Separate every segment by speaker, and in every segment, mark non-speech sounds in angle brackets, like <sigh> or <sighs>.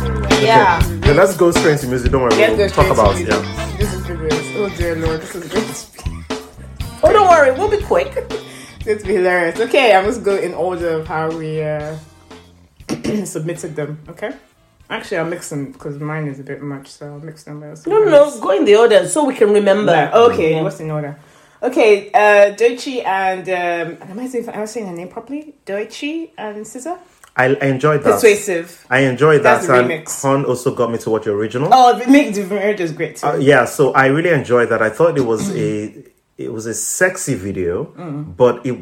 Speaker 1: Yeah.
Speaker 2: Okay. Yeah, let's go straight into music. Don't worry.
Speaker 1: Let's go
Speaker 2: We'll talk
Speaker 1: straight to
Speaker 2: about
Speaker 1: music.
Speaker 2: yeah.
Speaker 1: This is vigorous. Oh dear lord, this is going <laughs> to be. Oh, don't worry, we'll be quick. It's going to be hilarious. Okay, I must go in order of how we uh, <clears throat> submitted them. Okay. Actually, I'll mix them because mine is a bit much, so I'll mix them. with
Speaker 3: No, no, no. Go in the order so we can remember.
Speaker 1: Yeah, Okay,
Speaker 3: Yeah.
Speaker 1: what's in order? Okay, uh, Doichi and um, am I saying am I saying her name properly? Doichi and Scissor.
Speaker 2: I, I enjoyed that.
Speaker 1: Persuasive.
Speaker 2: I enjoyed
Speaker 1: That's
Speaker 2: that.
Speaker 1: the
Speaker 2: and
Speaker 1: remix.
Speaker 2: Hon also got me to watch the original.
Speaker 1: Oh, the make the marriage is great too.
Speaker 2: Uh, yeah, so I really enjoyed that. I thought it was a it was a sexy video,
Speaker 1: Mm.
Speaker 2: but it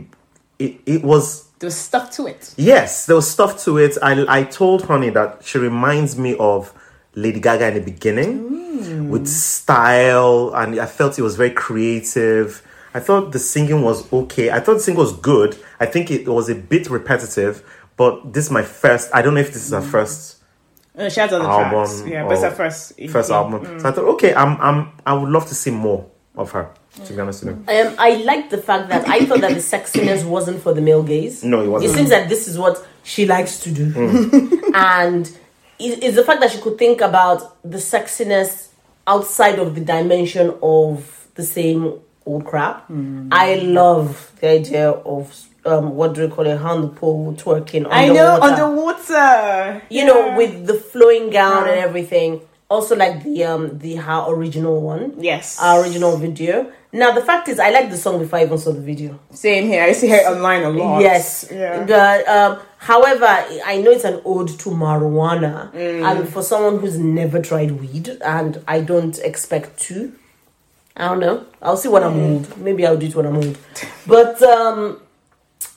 Speaker 2: it it was
Speaker 1: There's stuff to it.
Speaker 2: Yes, there was stuff to it. I, I told Honey that she reminds me of Lady Gaga in the beginning with style, and I felt it was very creative. I thought the singing was okay. I thought the singing was good. I think it was a bit repetitive, but this is my first. I don't know if this is her first
Speaker 1: Uh, she has other
Speaker 2: Album
Speaker 1: tracks. Yeah, but it's
Speaker 2: or
Speaker 1: her first EP.
Speaker 2: first album. So I thought, okay, I'm, I'm I would love to see more of her. To be honest with you,
Speaker 3: Um, I like the fact that I thought that the sexiness wasn't for the male gaze.
Speaker 2: No, it wasn't.
Speaker 3: It seems that this is what she likes to do, <laughs> and it- it's the fact that she could think about the sexiness outside of the dimension of the same old crap. I love the idea of um, what do you call it? Hand the pole twerking.
Speaker 1: I know
Speaker 3: underwater
Speaker 1: underwater.
Speaker 3: you know,
Speaker 1: Yeah.
Speaker 3: with the flowing gown and everything. Also, like the um the her original one,
Speaker 1: Yes.
Speaker 3: our original video. Now the fact is, I like the song before I even saw the video.
Speaker 1: same here. I see her online a lot.
Speaker 3: Yes.
Speaker 1: Yeah.
Speaker 3: The, um, however, I know it's an ode to marijuana,
Speaker 1: Mm.
Speaker 3: and for someone who's never tried weed, and I don't expect to. I don't know. I'll see when I'm
Speaker 1: Mm.
Speaker 3: old. Maybe I'll do it when I'm old. But um,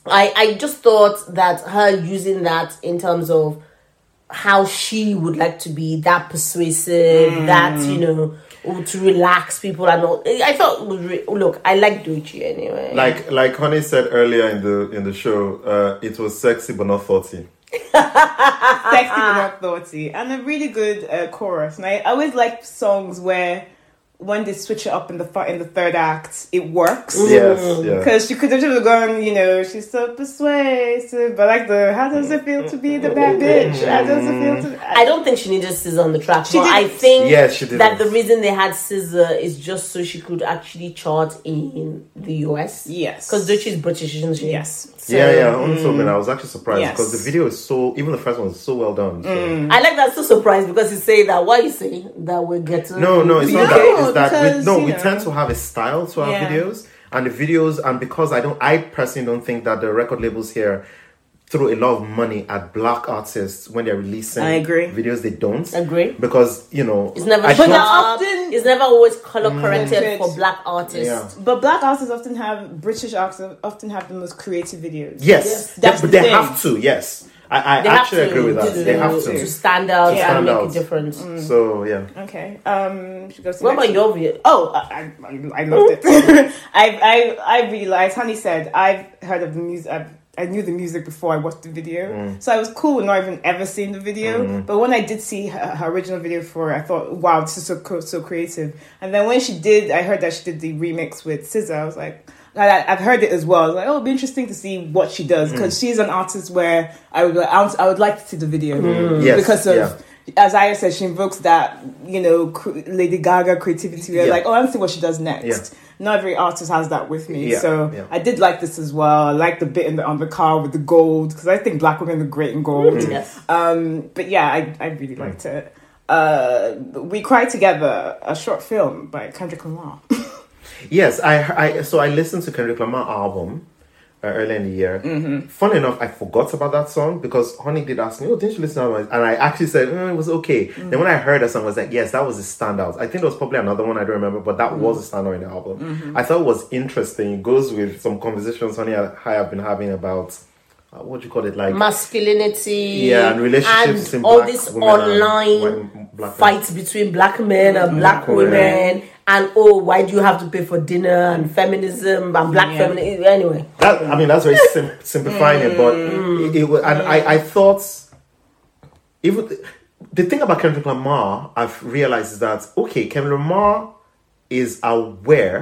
Speaker 3: I I just thought that her using that in terms of how she would like to be that persuasive,
Speaker 1: Mm.
Speaker 3: that you know, oh, to relax people and all. I thought, it was re- look, I like Doichi anyway.
Speaker 4: Like like Honey said earlier in the in the show, uh, it was sexy but not thoughty.
Speaker 1: sexy but not thoughty, and a really good uh, chorus. And I I always like songs where when they switch it up in the th- in the third act, it works.
Speaker 4: Yes, yeah.
Speaker 1: Because she could have just gone, you know, she's so persuasive, but like the how does it feel to be the bad bitch? How does it feel to?
Speaker 3: I don't think she needed scissor on the track,
Speaker 1: She
Speaker 3: but I
Speaker 1: didn't.
Speaker 3: think
Speaker 4: Yeah, she didn't.
Speaker 3: that the reason they had scissor is just so she could actually chart in the US.
Speaker 1: Yes.
Speaker 3: Because Dochi is British, isn't she?
Speaker 1: yes.
Speaker 3: So,
Speaker 4: yeah, yeah, on film, and I was actually surprised
Speaker 1: mm. Yes. Mm.
Speaker 4: because the video is so. Even the first one is so well done. so-
Speaker 3: I like that. So surprised because he say that. Why you say that we're getting
Speaker 2: no, no, it's not
Speaker 1: No,
Speaker 2: that. It's that
Speaker 1: because,
Speaker 2: we, no,
Speaker 1: you
Speaker 2: we
Speaker 1: know.
Speaker 2: tend to have a style to our
Speaker 1: Yeah.
Speaker 2: videos, and the videos, and because I don't, I personally don't think that the record labels here throw a lot of money at black artists when they're releasing.
Speaker 1: I agree.
Speaker 2: Videos they don't
Speaker 3: Agree.
Speaker 2: because you know
Speaker 3: It's never.
Speaker 2: I
Speaker 3: But
Speaker 2: don't-
Speaker 1: often-
Speaker 3: it's never always color corrected
Speaker 1: Corrected.
Speaker 3: for black artists.
Speaker 2: Yeah.
Speaker 1: But black artists often have British artists often have the most creative videos.
Speaker 2: Yes,
Speaker 1: That's
Speaker 2: they,
Speaker 1: the
Speaker 2: they
Speaker 1: thing.
Speaker 2: have to. Yes, I, I
Speaker 3: They
Speaker 2: actually
Speaker 3: have to,
Speaker 2: agree with that.
Speaker 3: To,
Speaker 2: they have to.
Speaker 3: to stand out
Speaker 1: Yeah.
Speaker 3: and
Speaker 2: Stand
Speaker 3: make
Speaker 2: out.
Speaker 3: a difference.
Speaker 2: So yeah,
Speaker 1: Okay. Um. Should go to the
Speaker 3: What
Speaker 1: next
Speaker 3: about
Speaker 1: one.
Speaker 3: your view?
Speaker 1: Oh, I, I, I loved it. <laughs> I, I, I really liked. Honey said I've heard of the music. I've, I knew the music before I watched the video, so I was cool with not even ever seeing the video. But when I did see her, her original video for it, I thought, wow, this is so co- so creative. And then when she did, I heard that she did the remix with SZA. I was like. and I, I've heard it as well. I was like, oh, it'll be interesting to see what she does because she's an artist where I would, I would, I would like to see the video
Speaker 2: Yes,
Speaker 1: because of
Speaker 2: yeah.
Speaker 1: as I said, she invokes that you know cr- Lady Gaga creativity. We're
Speaker 2: Yeah.
Speaker 1: Like, oh, I want to see what she does next.
Speaker 2: Yeah.
Speaker 1: Not every artist has that with me,
Speaker 2: Yeah,
Speaker 1: so
Speaker 2: yeah.
Speaker 1: I did like this as well. I like the bit in the on the car with the gold because I think black women look great in gold.
Speaker 2: Mm-hmm. Mm.
Speaker 3: Yes.
Speaker 1: Um, but yeah, I, I really liked it. Uh, we cried together, a short film by Kendrick Lamar.
Speaker 2: yes. I, I so I listened to Kendrick Lamar album uh, earlier in the year. Mm-hmm. Fun enough, I forgot about that song because Honey did ask me, "Oh, didn't you listen to that?" one?" And I actually said "Mm, it was okay. Then when I heard that song, I was like, "Yes, that was a standout." I think there was probably another one I don't remember, but that
Speaker 3: Mm-hmm.
Speaker 2: was a standout in the album. I thought it was interesting. It goes with some conversations Honey and I have been having about uh, what do you call it, like
Speaker 3: masculinity
Speaker 2: Yeah, and relationships
Speaker 3: and
Speaker 2: in
Speaker 3: all
Speaker 2: black
Speaker 3: this
Speaker 2: women and
Speaker 3: online
Speaker 2: when- black
Speaker 3: fights between black men and black
Speaker 2: women.
Speaker 3: women and oh why do you have to pay for dinner and feminism and black
Speaker 1: Yeah.
Speaker 3: feminism anyway
Speaker 2: That I mean, that's very sim- simplifying it, but it, it was, and I, I thought even the, the thing about Kendrick Lamar, I've realized is that okay, Kendrick Lamar is aware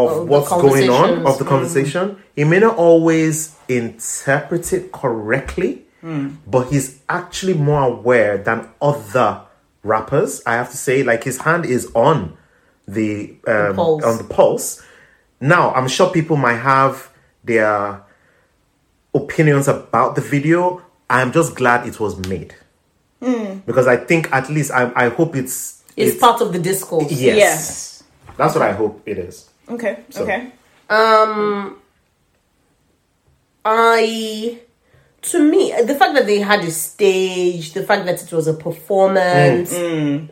Speaker 2: of
Speaker 3: Of the
Speaker 2: what's going on
Speaker 3: conversations.
Speaker 2: of the conversation. He may not always interpret it correctly, but he's actually more aware than other rappers. I have to say, like his hand is on the, um,
Speaker 3: pulse.
Speaker 2: on the pulse. Now, I'm sure people might have their opinions about the video. I'm just glad it was made because I think at least I, I hope it's
Speaker 3: It's, part of the discourse.
Speaker 2: yes.
Speaker 1: Yes.
Speaker 2: That's what I hope it is.
Speaker 1: Okay.
Speaker 2: So-
Speaker 1: Okay.
Speaker 3: I, to me, the fact that they had a stage, the fact that it was a performance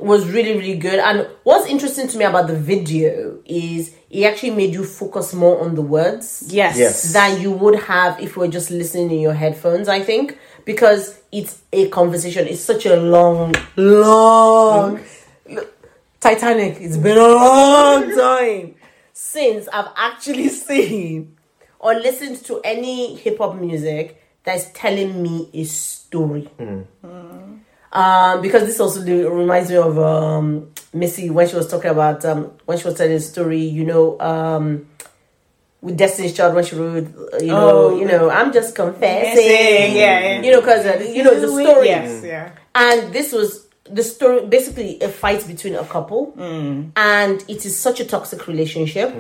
Speaker 3: was really, really good. And what's interesting to me about the video is it actually made you focus more on the words
Speaker 1: Yes.
Speaker 2: Yes.
Speaker 3: than you would have if you were just listening in your headphones, I think, because it's a conversation. It's such a long, long. Look, Titanic, it's been a long time since I've actually <laughs> seen or listened to any hip hop music that's telling me a story. Hmm. Um, because this also do- reminds me of um, Missy when she was talking about um, when she was telling a story, you know, um, with Destiny's Child when she wrote, uh, you know,
Speaker 1: Oh.
Speaker 3: you know, I'm just confessing,
Speaker 1: Yes, yeah, yeah.
Speaker 3: you know, because you know the story,
Speaker 1: Yes. Yeah.
Speaker 3: and this was the story basically a fight between a couple
Speaker 1: Hmm.
Speaker 3: and it is such a toxic relationship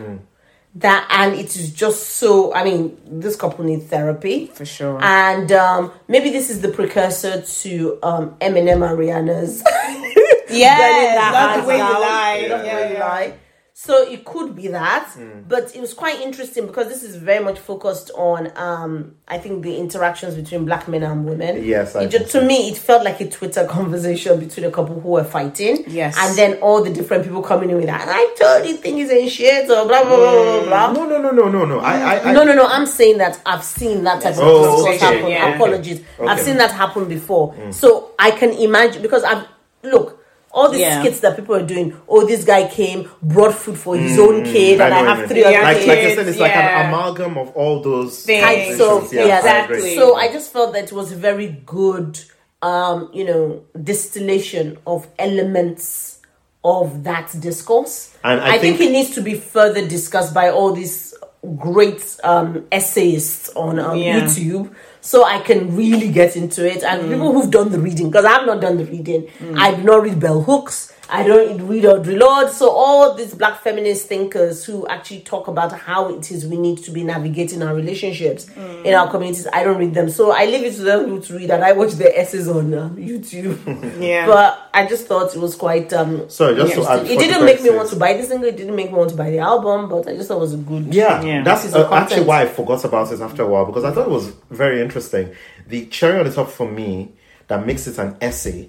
Speaker 3: that and it is just so i mean this couple needs therapy
Speaker 1: For sure.
Speaker 3: and um, maybe this is the precursor to um, Eminem and Rihanna's. <laughs> Burning
Speaker 1: Yeah.
Speaker 3: Their
Speaker 1: That's
Speaker 3: Hearts
Speaker 1: the way you
Speaker 3: Out.
Speaker 1: lie.
Speaker 3: Love
Speaker 1: Yeah.
Speaker 3: the
Speaker 1: yeah, Hmm.
Speaker 3: Way You Lie. So it could be that, but it was quite interesting because this is very much focused on, um, I think, the interactions between black men and women.
Speaker 2: Yes, I
Speaker 3: it just, to me, it felt like a Twitter <laughs> conversation between a couple who were fighting.
Speaker 1: Yes.
Speaker 3: and then all the different people coming in with that. I totally think it's a shit or blah blah blah blah
Speaker 1: Hmm.
Speaker 3: blah.
Speaker 2: No, no, no, no, no, no. I, I, I
Speaker 3: No, no, no. I'm saying that I've seen that type of
Speaker 2: Oh,
Speaker 3: discourse
Speaker 2: okay.
Speaker 3: happen.
Speaker 1: Yeah.
Speaker 3: Apologies. I've
Speaker 2: Okay. Mm.
Speaker 3: seen that happen before. So I can imagine because I've look all these
Speaker 1: Yeah.
Speaker 3: skits that people are doing. Oh, this guy came, brought food for his own
Speaker 2: Mm.
Speaker 3: kid, and
Speaker 2: know
Speaker 3: I
Speaker 2: what
Speaker 3: have
Speaker 2: you
Speaker 3: three
Speaker 2: mean.
Speaker 3: other
Speaker 2: Like, like I
Speaker 3: kids.
Speaker 2: said, it's
Speaker 1: kids,
Speaker 2: like an
Speaker 1: yeah.
Speaker 2: amalgam of all those
Speaker 1: Things.
Speaker 3: Like, so
Speaker 2: situations.
Speaker 3: yeah,
Speaker 2: I
Speaker 1: exactly.
Speaker 2: agree.
Speaker 3: So I just felt that it was a very good, um, you know, distillation of elements of that discourse.
Speaker 2: And I
Speaker 3: think,
Speaker 2: think-
Speaker 3: it needs to be further discussed by all these great um, essayists on um,
Speaker 1: Yeah. Mm.
Speaker 3: YouTube. So I can really get into it, and people who've done the reading, because I've not done the reading. I do not read bell hooks. I don't read Audre Lorde. So all these black feminist thinkers who actually talk about how it is we need to be navigating our relationships
Speaker 1: Mm.
Speaker 3: in our communities, I don't read them. So I leave it to them to read, and I watch their essays on uh, YouTube.
Speaker 1: <laughs> Yeah.
Speaker 3: But I just thought it was quite. Um,
Speaker 2: Sorry, just to
Speaker 3: interesting.
Speaker 2: add.
Speaker 3: it didn't make me want to buy the single. It didn't make me want to buy the album. But I just thought it was a good.
Speaker 2: Yeah,
Speaker 1: Yeah.
Speaker 2: that's
Speaker 3: Pieces of
Speaker 2: uh, actually
Speaker 3: content.
Speaker 2: why I forgot about it after a while because I thought it was very interesting. The cherry on the top for me that makes it an essay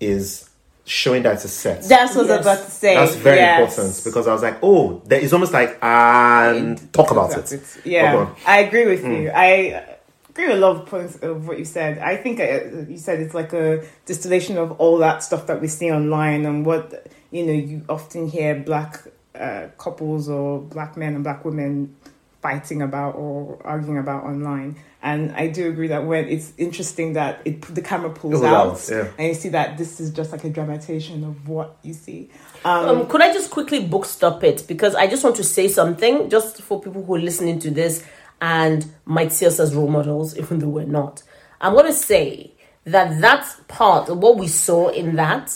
Speaker 2: is showing that it's a set.
Speaker 1: That's what
Speaker 3: Yes.
Speaker 1: I was about to say.
Speaker 2: That's very
Speaker 1: Yes.
Speaker 2: important because I was like, oh, there, it's almost like and talk about it. Hold
Speaker 1: Yeah,
Speaker 2: on. Mm.
Speaker 1: I agree with you. I agree with a lot of points of what you said. I think uh, you said it's like a distillation of all that stuff that we see online and what you know. You often hear black uh, couples or black men and black women fighting about or arguing about online. And I do agree that when it's interesting that it the camera pulls
Speaker 2: Pulls
Speaker 1: out,
Speaker 2: out, yeah.
Speaker 1: and you see that this is just like a dramatization of what you see.
Speaker 3: Um, could I just quickly book stop it because I just want to say something just for people who are listening to this and might see us as role models, even though we're not. I'm going to say that that part, what we saw in that,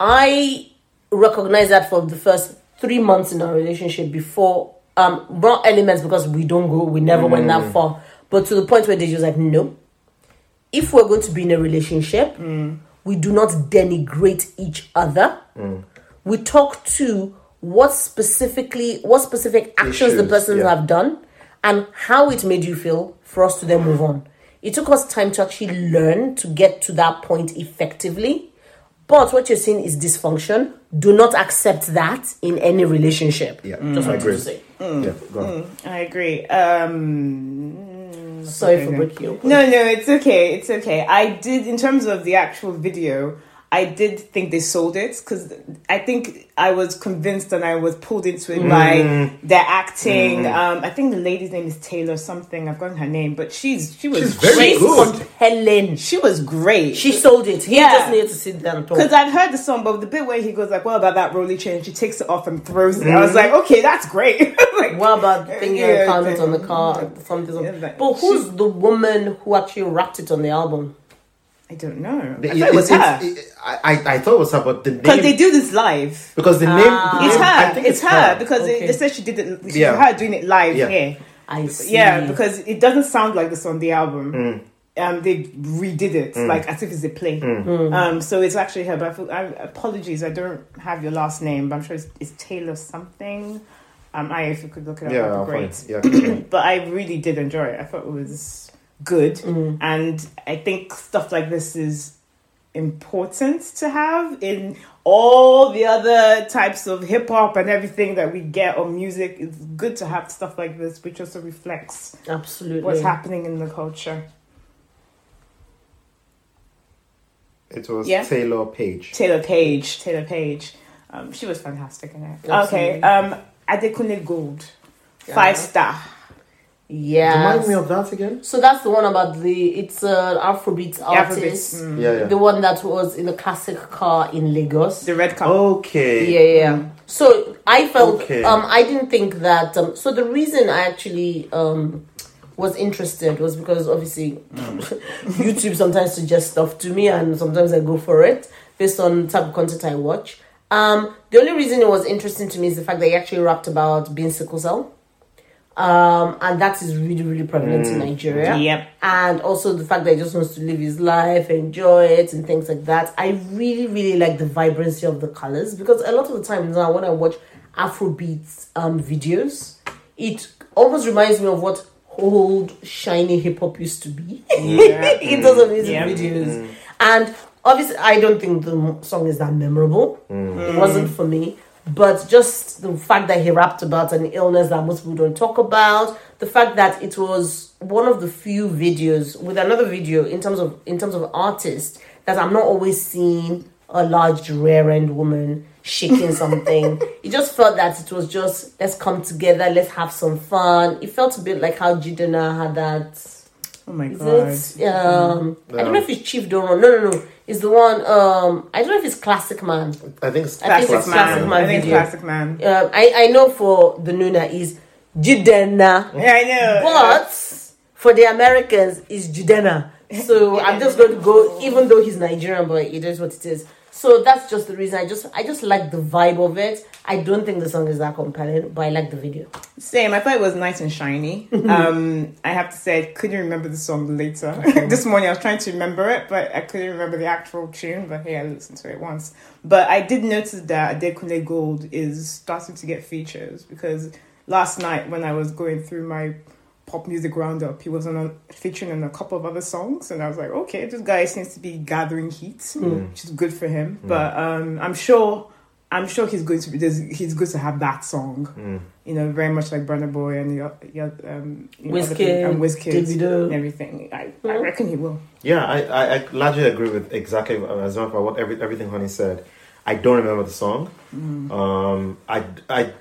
Speaker 3: I recognized that for the first three months in our relationship before um not elements because we don't go, we never went that far. But to the point where they just like, no. If we're going to be in a relationship, we do not denigrate each other. We talk to what specifically what specific actions the
Speaker 2: Issues,
Speaker 3: persons
Speaker 2: yeah.
Speaker 3: have done and how it made you feel for us to then move on. It took us time to actually learn to get to that point effectively. But what you're seeing is dysfunction. Do not accept that in any relationship.
Speaker 2: Yeah,
Speaker 3: Mm. Just
Speaker 2: I
Speaker 3: wanted
Speaker 2: agree.
Speaker 3: to say. Mm.
Speaker 2: Yeah, go on.
Speaker 1: I agree. Um,
Speaker 3: Sorry
Speaker 1: Okay,
Speaker 3: for
Speaker 1: then.
Speaker 3: breaking you.
Speaker 1: No, no, it's okay. It's okay. I did in terms of the actual video. I did think they sold it because I think I was convinced and I was pulled into it
Speaker 2: Mm.
Speaker 1: by their acting. Um, I think the lady's name is Taylor something. I've gotten her name, but she's she was
Speaker 2: She's very
Speaker 1: great.
Speaker 2: good.
Speaker 3: Helen.
Speaker 1: She was great.
Speaker 3: She sold it. He
Speaker 1: Yeah.
Speaker 3: just needed to sit down and talk.
Speaker 1: Because I've heard the song, but the bit where he goes like, "What about that rolly chain?" She takes it off and throws it. I
Speaker 2: Mm.
Speaker 1: was like, "Okay, that's great." <laughs> Like,
Speaker 3: What about thinking
Speaker 1: Yeah,
Speaker 3: yeah, comments
Speaker 1: then-
Speaker 3: on the car? Something. something.
Speaker 1: Yeah, but
Speaker 3: but who's the woman who actually wrapped it on the album?
Speaker 1: I don't know. I
Speaker 2: It-
Speaker 1: thought it was
Speaker 2: it's-
Speaker 1: her
Speaker 2: it- I, I- I thought it was her, but the
Speaker 1: because they
Speaker 2: name.
Speaker 1: do this live.
Speaker 2: Because the name. the
Speaker 1: Ah. It's
Speaker 2: name-
Speaker 1: her.
Speaker 2: I think
Speaker 1: it's, her, because
Speaker 3: Okay.
Speaker 1: they, they said she did it. She,
Speaker 2: Yeah.
Speaker 1: her doing it live
Speaker 2: Yeah.
Speaker 1: here.
Speaker 3: I see.
Speaker 1: Yeah, because it doesn't sound like this on the album.
Speaker 2: Mm.
Speaker 1: Um, they redid it like as if it's a play.
Speaker 2: Mm.
Speaker 1: Um, so it's actually her. But I, feel, I apologies, I don't have your last name, but I'm sure it's, it's Taylor something. Um, I if you could look it up,
Speaker 2: Yeah,
Speaker 1: that'd
Speaker 2: I'll
Speaker 1: be
Speaker 2: find
Speaker 1: great.
Speaker 2: it. Yeah, okay.
Speaker 1: but I really did enjoy it. I thought it was good,
Speaker 3: Mm.
Speaker 1: and I think stuff like this is important to have in all the other types of hip hop and everything that we get on music. It's good to have stuff like this, which also reflects
Speaker 3: absolutely.
Speaker 1: what's happening in the culture.
Speaker 2: <coughs> it was
Speaker 1: Yeah.
Speaker 2: Taylor Page.
Speaker 1: Taylor Page, Taylor Page, um, she was fantastic in it.
Speaker 3: Absolutely.
Speaker 1: Okay, um, Adekunle Gold, five star.
Speaker 2: Remind me
Speaker 3: Yeah.
Speaker 2: of that again.
Speaker 3: So that's the one about the it's an Afrobeat artist,
Speaker 1: Afrobeat, mm.
Speaker 2: Yeah, yeah.
Speaker 3: the one that was in the classic car in Lagos.
Speaker 1: The red carpet.
Speaker 2: Okay.
Speaker 3: yeah yeah yeah. so i felt
Speaker 2: Okay.
Speaker 3: um i didn't think that um so the reason i actually um was interested was because obviously
Speaker 2: Hmm.
Speaker 3: <laughs> youtube sometimes suggests stuff to me and sometimes i go for it based on the type of content i watch um the only reason it was interesting to me is the fact that he actually rapped about being sickle cell um and that is really really prevalent
Speaker 2: Hmm.
Speaker 3: in nigeria
Speaker 1: Yep.
Speaker 3: and also the fact that he just wants to live his life, enjoy it, and things like that. I really, really like the vibrancy of the colors because a lot of the time now when I watch Afrobeat um, videos, it almost reminds me of what old shiny hip hop used to be <laughs> in those amazing
Speaker 1: Yeah.
Speaker 3: videos. And obviously, I don't think the song is that memorable. It wasn't for me. But just the fact that he rapped about an illness that most people don't talk about, the fact that it was one of the few videos with another video in terms of in terms of artist that I'm not always seeing a large rare end woman shaking something. it just felt that it was just let's come together, let's have some fun. It felt a bit like how Jidena had that
Speaker 1: Oh my god.
Speaker 3: is it, um, I don't know if it's Chief Doron. No, no, no. It's the one. Um, I don't know if it's Classic Man.
Speaker 2: I think it's
Speaker 3: I think
Speaker 1: Classic
Speaker 3: it's
Speaker 1: man.
Speaker 3: Classic Man
Speaker 1: I think it's
Speaker 3: video.
Speaker 1: classic man.
Speaker 3: Um, I I know for the Nuna is Jidena,
Speaker 1: Yeah, I know.
Speaker 3: but for the Americans is Jidena. So I'm just going to go, even though he's Nigerian, but it is what it is. So that's just the reason. I just I just like the vibe of it. I don't think the song is that compelling, but I like the video.
Speaker 1: Same. I thought it was nice and shiny. um, I have to say, I couldn't remember the song later. <laughs> this morning I was trying to remember it, but I couldn't remember the actual tune. But hey, I listened to it once. But I did notice that Adekunle Gold is starting to get features because last night when I was going through my pop music roundup, he was on a, featuring on a couple of other songs, and I was like, okay, this guy seems to be gathering heat, which is good for him. But um, I'm sure. I'm sure he's going to be. there's- He's going to have that song
Speaker 2: Mm.
Speaker 1: you know, very much like Burna Boy and the oth- the oth- um, you know, other people- and
Speaker 3: Wizkid, Davido.
Speaker 1: Wizkid and everything. I, I reckon he will.
Speaker 2: Yeah, I, I, I largely agree with exactly uh, as much about what every, everything Honey said. I don't remember the song.
Speaker 1: Mm.
Speaker 2: Um, I, I,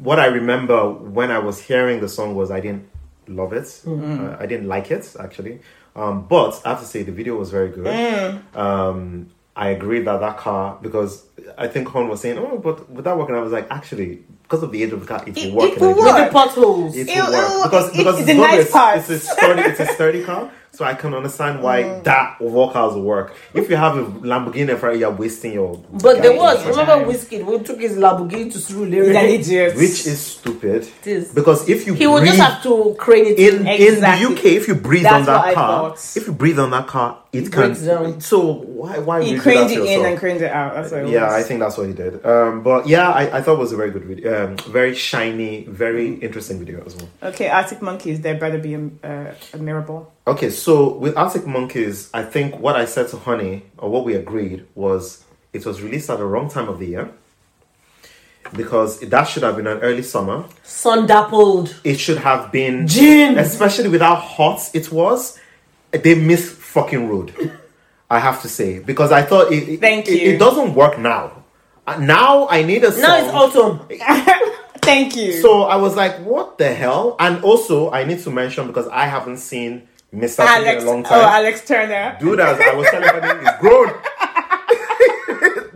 Speaker 2: what I remember when I was hearing the song was I didn't love it.
Speaker 1: Mm-hmm.
Speaker 2: Uh, I didn't like it actually. Um, but I have to say the video was very good.
Speaker 1: Mm.
Speaker 2: Um, I agree that that car because I think Hon was saying, oh, but with that working, I was like, actually, because of the age of the car, it
Speaker 1: It-
Speaker 2: will work.
Speaker 1: it
Speaker 2: and I
Speaker 1: will
Speaker 2: do
Speaker 1: work.
Speaker 3: With the potholes.
Speaker 2: it
Speaker 1: Ew,
Speaker 2: will work
Speaker 1: ew,
Speaker 2: because
Speaker 1: it-
Speaker 2: because
Speaker 1: it's the
Speaker 2: not
Speaker 1: nice
Speaker 2: a-
Speaker 1: part.
Speaker 2: It's a sturdy, it's a sturdy car, so I can understand why
Speaker 1: Mm.
Speaker 2: that workouts will work. If you have a Lamborghini and Ferrari, you're wasting your.
Speaker 3: But there
Speaker 2: gas.
Speaker 3: was
Speaker 1: Yeah.
Speaker 3: remember Whiskey who took his Lamborghini to Surulere.
Speaker 1: He's an idiot.
Speaker 2: which is stupid.
Speaker 3: It is.
Speaker 2: Because if you
Speaker 3: he would just
Speaker 2: breathe
Speaker 3: have to crane it
Speaker 2: in
Speaker 1: Exactly.
Speaker 2: in the UK, if you breathe
Speaker 1: That's
Speaker 2: on that
Speaker 1: what I
Speaker 2: car,
Speaker 1: thought.
Speaker 2: if you breathe on that car, it
Speaker 3: breaks down.
Speaker 2: can. So why why would
Speaker 1: He
Speaker 2: you do that
Speaker 1: craned
Speaker 2: to
Speaker 1: it
Speaker 2: yourself?
Speaker 1: in and craned it out. That's what it
Speaker 2: yeah,
Speaker 1: was.
Speaker 2: I think that's what he did. Um, but yeah, I, I thought it was a very good video, um, very shiny, very
Speaker 1: Mm-hmm.
Speaker 2: interesting video as well.
Speaker 1: Okay, Arctic Monkeys. There better be a, uh, a miracle.
Speaker 2: Okay, so with Arctic Monkeys, I think what I said to Honey, or what we agreed, was it was released at the wrong time of the year because that should have been an early summer.
Speaker 3: sun dappled.
Speaker 2: It should have been,
Speaker 3: Gin.
Speaker 2: especially with how hot it was. They missed fucking road. I have to say because I thought it. it-
Speaker 1: Thank
Speaker 2: it-
Speaker 1: you.
Speaker 2: It doesn't work now. Uh, Now I need a song.
Speaker 3: Now it's autumn.
Speaker 1: Thank you.
Speaker 2: So I was like, what the hell? And also, I need to mention because I haven't seen Mr. Alex,
Speaker 1: Alex,
Speaker 2: in a long
Speaker 1: oh,
Speaker 2: time.
Speaker 1: Alex Turner.
Speaker 2: Dude, as I was telling everybody, he's grown. <laughs>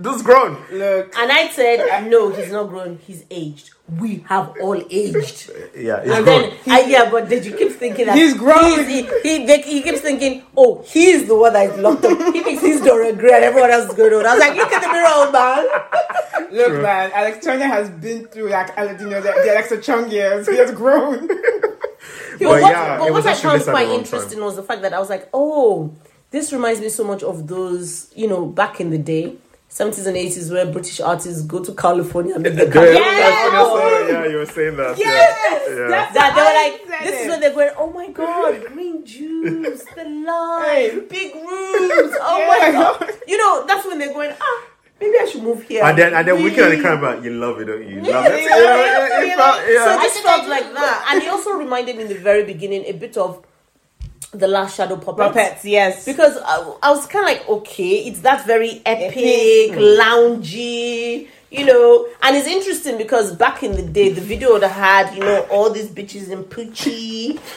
Speaker 2: Dude's grown.
Speaker 1: Look,
Speaker 3: And I said, no, he's not grown. He's aged. We have all
Speaker 2: <laughs>
Speaker 3: aged.
Speaker 2: Yeah, he's
Speaker 3: And
Speaker 2: grown.
Speaker 3: then, I, yeah, but did you keep thinking that
Speaker 1: He's grown.
Speaker 3: He, he, he, he keeps thinking, oh, he's the one that is locked up. He thinks he's Dorian Gray and everyone else is going on. I was like, look at the mirror, old man.
Speaker 1: look, man. Alex Turner has been through like you know the, the Alexa Chung years. He has grown. <laughs>
Speaker 3: But,
Speaker 2: But
Speaker 3: what,
Speaker 2: yeah,
Speaker 3: but
Speaker 2: it
Speaker 3: what
Speaker 2: was
Speaker 3: I
Speaker 2: actually
Speaker 3: found
Speaker 2: missed at
Speaker 3: quite
Speaker 2: the wrong
Speaker 3: interesting was the fact that I was like, oh, this reminds me so much of those, you know, back in the day, 70s and 80s, where British artists go to California and make the
Speaker 2: Yeah,
Speaker 3: California
Speaker 2: that's what I
Speaker 3: album.
Speaker 2: said. yeah, you were saying that. yeah. Yeah.
Speaker 1: that's
Speaker 3: That
Speaker 1: how I
Speaker 3: they were like,
Speaker 1: said
Speaker 3: this is
Speaker 1: it.
Speaker 3: when they're going, oh my god, green juice, the lime,
Speaker 1: Hey.
Speaker 3: big rooms, oh
Speaker 1: Yeah.
Speaker 3: my god. You know, that's when they're going, ah, maybe I should move here.
Speaker 2: And then, and then, we can
Speaker 3: Really?
Speaker 2: the camera. You love it, don't you? You
Speaker 3: Yeah,
Speaker 2: love it.
Speaker 3: yeah,
Speaker 2: Yeah, it felt-
Speaker 3: yeah. So
Speaker 2: yeah.
Speaker 3: this felt like that, and it also reminded me in the very beginning a bit of the last shadow puppets.
Speaker 1: Puppets, yes.
Speaker 3: Because I, I was kind of like, okay, it's that very epic,
Speaker 1: Epic. Mm.
Speaker 3: loungy, you know. And it's interesting because back in the day, the video that had, you know, all these bitches in Poochie. <laughs>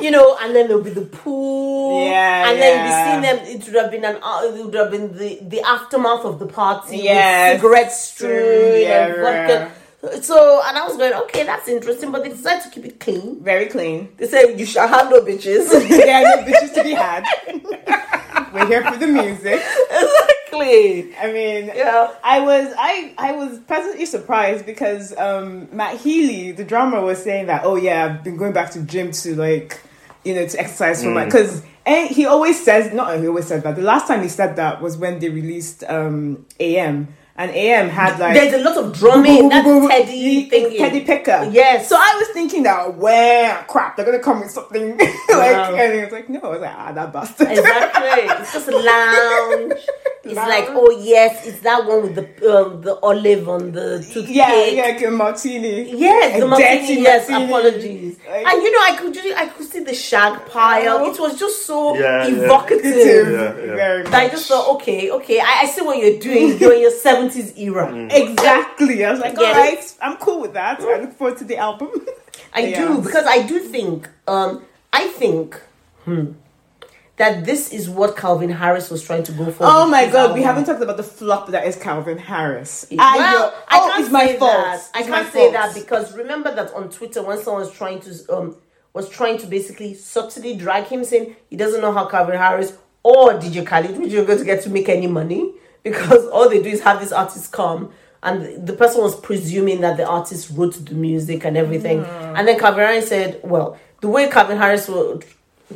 Speaker 3: You know, and then there'll be the pool,
Speaker 1: Yeah,
Speaker 3: and
Speaker 1: yeah.
Speaker 3: then you'll be seeing them. It would have been an, uh, it would have been the the aftermath of the party, with
Speaker 1: Yes.
Speaker 3: cigarette strewn and
Speaker 1: Yeah.
Speaker 3: vodka. So, and I was going, okay, that's interesting, but they decided to keep it clean.
Speaker 1: Very clean.
Speaker 3: They said, you shall have no bitches. <laughs>
Speaker 1: There are no bitches to be had. <laughs> We're here for the music. <laughs>
Speaker 3: exactly.
Speaker 1: I mean,
Speaker 3: Yeah.
Speaker 1: I was I I was pleasantly surprised because um, Matt Healy, the drummer, was saying that oh yeah, I've been going back to gym to like you know to exercise for my because and he always says not he always said that the last time he said that was when they released um, AM and AM had like
Speaker 3: There's a lot of drumming, that Teddy thing.
Speaker 1: Teddy Picker.
Speaker 3: Yes.
Speaker 1: So I was thinking that, where crap, they're gonna come with something <laughs> like,
Speaker 3: Wow.
Speaker 1: and it's like, no, I was like, ah, that
Speaker 3: <laughs>
Speaker 1: bastard.
Speaker 3: Exactly. It's just a lounge. It's
Speaker 1: Lounge.
Speaker 3: like, oh yes, it's that one with the um, the olive on the toothpick.
Speaker 1: <laughs> Yeah, yeah, like a martini.
Speaker 3: Yes, the
Speaker 1: A
Speaker 3: martini.
Speaker 1: dirty
Speaker 3: Yes,
Speaker 1: martini.
Speaker 3: apologies.
Speaker 1: Like- Uh-huh.
Speaker 3: and you know, I could just, I could see the shag pile. It was just so
Speaker 2: Yeah, yeah.
Speaker 1: Active,
Speaker 3: evocative.
Speaker 2: Yeah, yeah.
Speaker 1: Very
Speaker 3: That I
Speaker 1: much.
Speaker 3: just thought, okay, okay, I, I see what you're
Speaker 1: <laughs>
Speaker 3: doing. You're in your seventies era.
Speaker 2: Mm.
Speaker 1: Exactly. I was like,
Speaker 3: Yeah.
Speaker 1: all right, I'm cool with that. I look forward to the album.
Speaker 3: I
Speaker 1: Yeah.
Speaker 3: do because I do think, um, I think hmm, that this is what Calvin Harris was trying to go for.
Speaker 1: <laughs> Oh
Speaker 3: with
Speaker 1: my
Speaker 3: his
Speaker 1: god, we
Speaker 3: album.
Speaker 1: haven't talked about the flop that is Calvin Harris.
Speaker 3: Well, I
Speaker 1: yo- oh,
Speaker 3: can't
Speaker 1: it's my
Speaker 3: say
Speaker 1: fault.
Speaker 3: That. I
Speaker 1: It's my
Speaker 3: can't say
Speaker 1: fault.
Speaker 3: that because remember that on Twitter when someone was trying to um was trying to basically subtly drag him saying he doesn't know how Calvin Harris or DJ Khaled which you're going to get to make any money <laughs> because all they do is have this artist come and the person was presuming that the artist wrote the music and everything
Speaker 1: Mm.
Speaker 3: and then Calvin Harris said well the way Calvin Harris wa-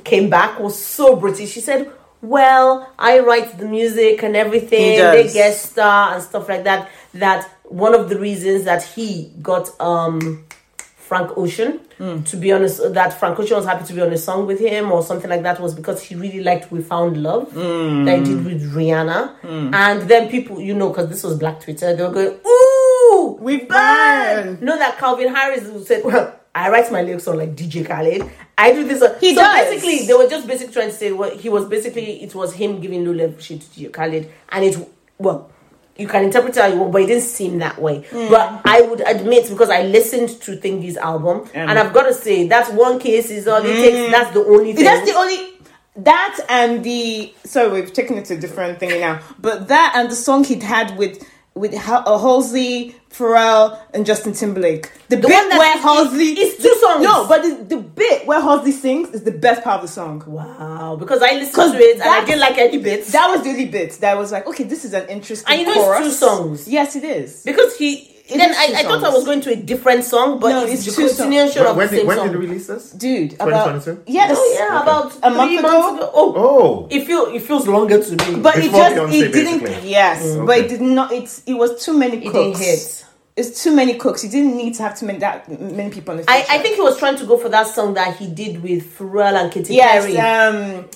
Speaker 3: came back was so British she said well I write the music and everything they
Speaker 1: does.
Speaker 3: get star and stuff like that that one of the reasons that he got um Frank Ocean
Speaker 1: Hmm.
Speaker 3: to be honest that Frank Ocean was happy to be on a song with him or something like that was because he really liked We Found Love that he did
Speaker 1: Hmm.
Speaker 3: with Rihanna and then people you know because this was Black Twitter they were going ooh
Speaker 1: We burn.
Speaker 3: no that Calvin Harris said well I write my lyrics on like DJ Khaled I do this on-"
Speaker 1: He
Speaker 3: so
Speaker 1: does.
Speaker 3: basically they were just basically trying to say what he was basically it was him giving low level shit to DJ Khaled and it well you can interpret it how you want but it didn't seem that way
Speaker 1: Hmm.
Speaker 3: but I would admit because I listened to Thingy's album and I've got to say that's one case is all it
Speaker 2: Hmm.
Speaker 3: takes that's the only thing
Speaker 1: That's the only that and the sorry we've taken it to a different thing now, but that and the song he'd had with with Hal- uh, Halsey, Pharrell, and Justin Timberlake. The, bit
Speaker 3: one that
Speaker 1: where
Speaker 3: is-
Speaker 1: Halsey
Speaker 3: it's two songs.
Speaker 1: No, but the, the bit where Halsey sings is the best part of the song.
Speaker 3: wow Uh, because I listened
Speaker 1: 'Cause
Speaker 3: to it and I
Speaker 1: that's-
Speaker 3: didn't like any bits
Speaker 1: That was the only bit that was like, okay, this is an interesting.
Speaker 3: And you know it's
Speaker 1: chorus.
Speaker 3: two songs.
Speaker 1: Yes, it is.
Speaker 3: because he then
Speaker 1: is
Speaker 3: I,
Speaker 1: two
Speaker 3: I thought I
Speaker 1: songs.
Speaker 3: was going to a different song but
Speaker 1: No,
Speaker 3: it's,
Speaker 1: it's
Speaker 3: the
Speaker 1: two songs.
Speaker 3: continuation
Speaker 2: When,
Speaker 3: of
Speaker 2: when
Speaker 3: the same
Speaker 2: did, when
Speaker 3: song
Speaker 2: did they release this?
Speaker 1: Dude, about
Speaker 2: 2022?
Speaker 1: yes,
Speaker 3: oh yeah about
Speaker 1: A month
Speaker 3: three
Speaker 1: ago?
Speaker 3: months ago oh,
Speaker 2: Oh,
Speaker 3: It feel it feels longer to me.
Speaker 1: but it
Speaker 2: Before
Speaker 1: just
Speaker 2: Beyonce,
Speaker 1: it didn't.
Speaker 2: basically. Mm,
Speaker 1: Yes, but
Speaker 2: Okay.
Speaker 1: it did not. It's it was too many
Speaker 3: it didn't
Speaker 1: cooks.
Speaker 3: hit.
Speaker 1: It's too many cooks. You didn't need to have too many that many people on the.
Speaker 3: I, I
Speaker 1: feature.
Speaker 3: think he was trying to go for that song that he did with Pharrell and Katy Perry.
Speaker 1: yes. Um,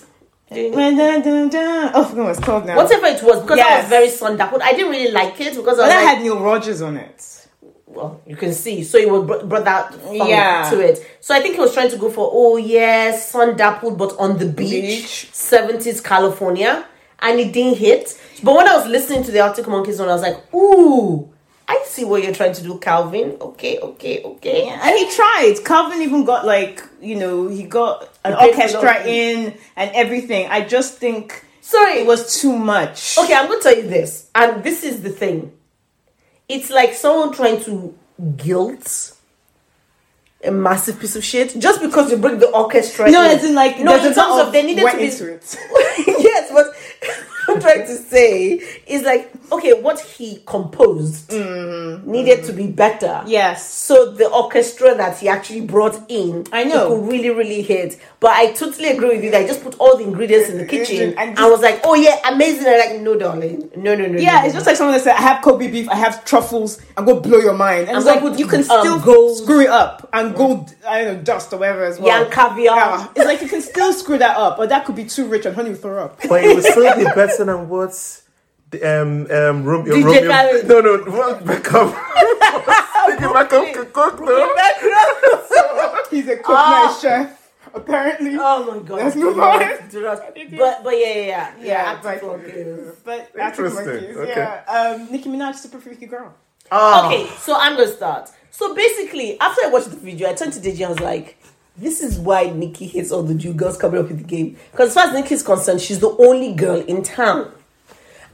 Speaker 3: Doing-
Speaker 1: dun, dun, dun, dun. Oh, I forgot what it's called now.
Speaker 3: Whatever it was, because I was
Speaker 1: Yes.
Speaker 3: very sun But I didn't really like it because I
Speaker 1: But
Speaker 3: was
Speaker 1: that
Speaker 3: like,
Speaker 1: had Neil Rogers on it.
Speaker 3: well, you can see. So he would br- brought that funk
Speaker 1: Yeah.
Speaker 3: to it. So I think he was trying to go for oh yeah, sun dappled but on the
Speaker 1: Beach.
Speaker 3: beach, seventies California, and it didn't hit. But when I was listening to the Arctic Monkeys one, I was like, ooh, I see what you're trying to do, Calvin. Okay, okay, okay.
Speaker 1: And he tried. Calvin even got like you know he got an
Speaker 3: He paid
Speaker 1: orchestra
Speaker 3: for it.
Speaker 1: in and everything. I just think
Speaker 3: Sorry,
Speaker 1: it was too much.
Speaker 3: Okay, I'm gonna tell you this, and this is the thing. It's like someone trying to guilt a massive piece of shit just because you bring the orchestra.
Speaker 1: No,
Speaker 3: in.
Speaker 1: it's in like
Speaker 3: no, in
Speaker 1: there's a
Speaker 3: terms
Speaker 1: lot
Speaker 3: of they needed to
Speaker 1: went
Speaker 3: be.
Speaker 1: into it.
Speaker 3: <laughs> yes, but I'm trying to say is like okay, what he composed needed to be better.
Speaker 1: Mm-hmm. Yes.
Speaker 3: So the orchestra that he actually brought in,
Speaker 1: I know.
Speaker 3: it could really, really hit. But I totally agree with you. That I just put all the ingredients in the kitchen,
Speaker 1: And
Speaker 3: and
Speaker 1: just-
Speaker 3: I was like, "Oh yeah, amazing!" I like, no, darling, no, no, no.
Speaker 1: Yeah,
Speaker 3: no,
Speaker 1: it's
Speaker 3: no.
Speaker 1: just like someone that said, "I have Kobe beef, I have truffles, I'm gonna blow your mind." And
Speaker 3: I'm
Speaker 1: it's like
Speaker 3: gonna put,
Speaker 1: you can
Speaker 3: um,
Speaker 1: still
Speaker 3: gold-
Speaker 1: screw it up and gold, I don't know, dust or whatever as well.
Speaker 3: Yeah, and caviar.
Speaker 1: Yeah. It's like you can still screw that up, or that could be too rich and honey will throw up. <laughs>
Speaker 2: But it was slightly better than what the, um um Romeo
Speaker 3: DJ
Speaker 2: Romeo.
Speaker 3: Khaled.
Speaker 2: No no what
Speaker 3: <laughs>
Speaker 2: Beckham. DJ Beckham could cook
Speaker 1: <laughs>
Speaker 2: though.
Speaker 1: He's a cook
Speaker 3: Ah.
Speaker 1: nice chef, apparently.
Speaker 3: Oh my god.
Speaker 1: Let's
Speaker 3: do
Speaker 1: move
Speaker 3: not-
Speaker 1: on.
Speaker 3: do not- But but yeah yeah yeah yeah.
Speaker 1: Yeah,
Speaker 3: active
Speaker 1: like-
Speaker 3: focus.
Speaker 1: But that's what
Speaker 2: Interesting,
Speaker 1: monkeys,
Speaker 2: okay.
Speaker 1: yeah. Um, Nicki Minaj, super freaky girl.
Speaker 2: Ah.
Speaker 3: Okay, so I'm gonna start. So basically, after I watched the video, I turned to Deji and I was like, "This is why Nikki hates all the new girls coming up with the game." Because as far as Nikki is concerned, she's the only girl in town,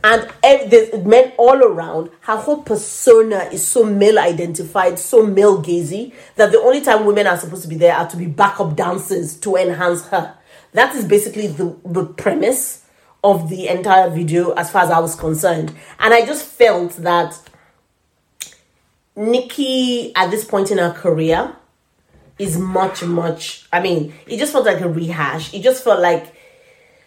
Speaker 3: and ev- there's men all around. Her whole persona is so male identified, so male gazy that the only time women are supposed to be there are to be backup dancers to enhance her. That is basically the the premise of the entire video, as far as I was concerned, and I just felt that. Nikki at this point in her career is much, much. I mean, it just felt like a rehash. It just felt like,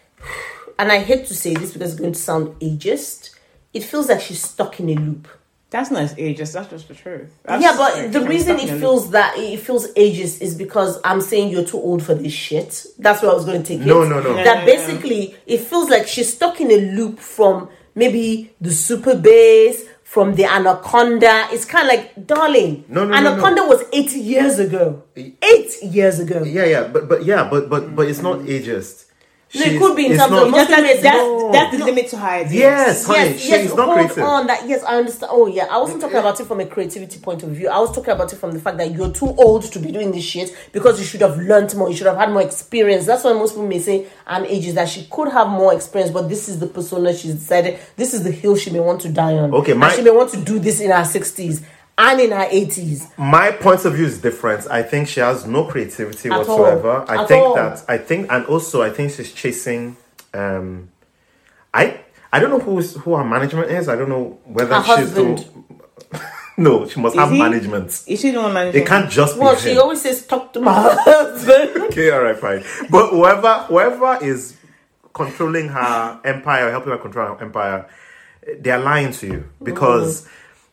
Speaker 3: <sighs> and I hate to say this because it's going to sound ageist. It feels like she's stuck in a loop.
Speaker 1: That's not ages, that's just the truth.
Speaker 3: yeah, but the reason it feels that it feels ageist is because I'm saying you're too old for this shit. That's where I was going to take
Speaker 2: No,
Speaker 3: it.
Speaker 2: no, no.
Speaker 1: Yeah, yeah,
Speaker 3: That basically it feels like she's stuck in a loop from maybe the super bass, from the anaconda. It's kind of like, darling,
Speaker 2: No, no, no, no.
Speaker 3: anaconda was eight years ago. Eight years ago.
Speaker 2: Yeah yeah but but yeah but but but it's not ageist.
Speaker 3: it
Speaker 2: She's-
Speaker 3: could be in
Speaker 2: it's
Speaker 3: terms of
Speaker 2: not-
Speaker 1: Just
Speaker 3: Muslim
Speaker 1: that,
Speaker 3: is
Speaker 1: that's,
Speaker 3: no.
Speaker 1: that's the limit to her ideas.
Speaker 2: Yes, honey,
Speaker 3: yes,
Speaker 2: she
Speaker 3: yes,
Speaker 2: is not
Speaker 3: hold
Speaker 2: creative. Mm-hmm.
Speaker 3: on. That yes, I understand. Oh yeah, I wasn't talking about it from a creativity point of view. I was talking about it from the fact that you're too old to be doing this shit because you should have learnt more. You should have had more experience. That's why most people may say I'm ages that she could have more experience, but this is the persona she's decided. This is the hill she may want to die on.
Speaker 2: Okay, my-
Speaker 3: and she may want to do this in her sixties and in her eighties.
Speaker 2: my point of view is different. I think she has no creativity
Speaker 3: At all.
Speaker 2: whatsoever. I
Speaker 3: At
Speaker 2: think
Speaker 3: all.
Speaker 2: that I think and also I think she's chasing um I I don't know who's who her management is. I don't know whether
Speaker 3: Her
Speaker 2: she's
Speaker 3: husband.
Speaker 2: the <laughs> no, she must have
Speaker 1: he?
Speaker 2: management.
Speaker 1: Is she the one managing?
Speaker 2: It can't just be
Speaker 3: Well,
Speaker 2: him.
Speaker 3: she always says talk to my <laughs> husband.
Speaker 2: Okay, all right, fine. But whoever whoever is controlling her empire, helping her control her empire, they are lying to you because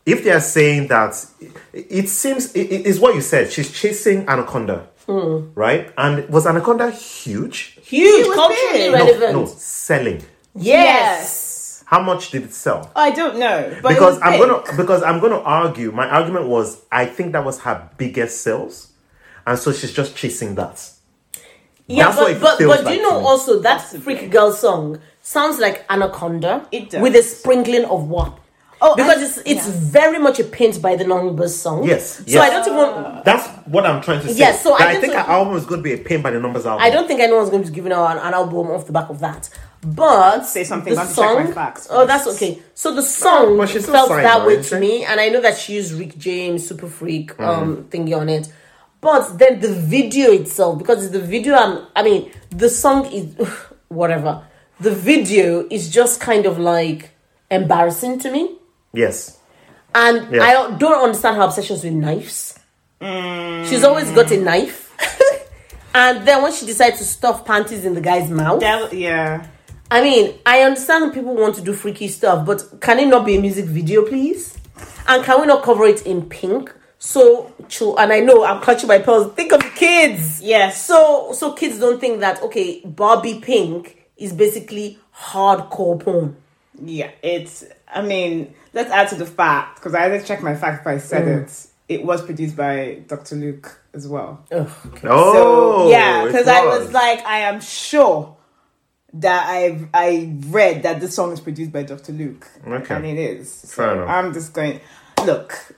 Speaker 2: if they are saying that, it, it seems it- it is what you said. She's chasing anaconda,
Speaker 1: Hmm.
Speaker 2: right? And was anaconda huge?
Speaker 3: Huge,
Speaker 1: was
Speaker 3: culturally
Speaker 1: big.
Speaker 2: No,
Speaker 3: relevant.
Speaker 2: no, selling.
Speaker 3: Yes.
Speaker 2: How much did it sell?
Speaker 1: I don't know. But
Speaker 2: because
Speaker 1: it was
Speaker 2: I'm
Speaker 1: big.
Speaker 2: gonna because I'm gonna argue. My argument was I think that was her biggest sales, and so she's just chasing that.
Speaker 3: Yeah,
Speaker 2: That's what
Speaker 3: but
Speaker 2: it
Speaker 3: but,
Speaker 2: feels
Speaker 3: but do
Speaker 2: like
Speaker 3: you
Speaker 2: to
Speaker 3: know
Speaker 2: me.
Speaker 3: also that freak girl song sounds like Anaconda
Speaker 1: It does.
Speaker 3: with a sprinkling of WAP.
Speaker 1: Oh,
Speaker 3: <laughs> because
Speaker 1: and-
Speaker 3: it's it's very much a paint by the numbers song.
Speaker 2: Yes,
Speaker 3: So
Speaker 2: yes.
Speaker 3: I don't even
Speaker 2: That's what I'm trying to say.
Speaker 3: Yes, so I
Speaker 2: That I,
Speaker 3: think
Speaker 2: think
Speaker 3: so-
Speaker 2: our album is going to be a pain by the numbers album.
Speaker 3: I don't think anyone's going to be giving out an, an album off the back of that. But say
Speaker 1: something, but I have to check my facts
Speaker 3: Oh, that's okay. So the song
Speaker 2: But she's still
Speaker 3: felt
Speaker 2: signed,
Speaker 3: that way
Speaker 2: right?
Speaker 3: to me, and I know that she used Rick James Super Freak um
Speaker 2: Mm-hmm.
Speaker 3: thingy on it. But then the video itself, because it's the video, I'm, I mean, the song is <sighs> whatever. The video is just kind of like embarrassing to me.
Speaker 2: Yes.
Speaker 3: And
Speaker 2: Yeah.
Speaker 3: I don't understand her obsessions with knives. She's always got a knife. <laughs> and then when she decides to stuff panties in the guy's mouth.
Speaker 1: Del- yeah.
Speaker 3: I mean, I understand people want to do freaky stuff, but can it not be a music video, please? And can we not cover it in pink? So, chill. And I know I'm clutching my pearls. Think of the kids.
Speaker 1: Yes.
Speaker 3: So, so kids don't think that, okay, Barbie Pink is basically hardcore porn.
Speaker 1: Yeah, it's. I mean, let's add to the fact because I had to check my fact if I said
Speaker 3: Mm.
Speaker 1: it. It was produced by Dr. Luke as well.
Speaker 3: Ugh.
Speaker 2: Oh,
Speaker 1: so yeah,
Speaker 2: it
Speaker 1: because I was like, I am sure that I I read that this song is produced by Dr. Luke,
Speaker 2: Okay.
Speaker 1: and it is.
Speaker 2: Fair enough.
Speaker 1: I'm just going. Look,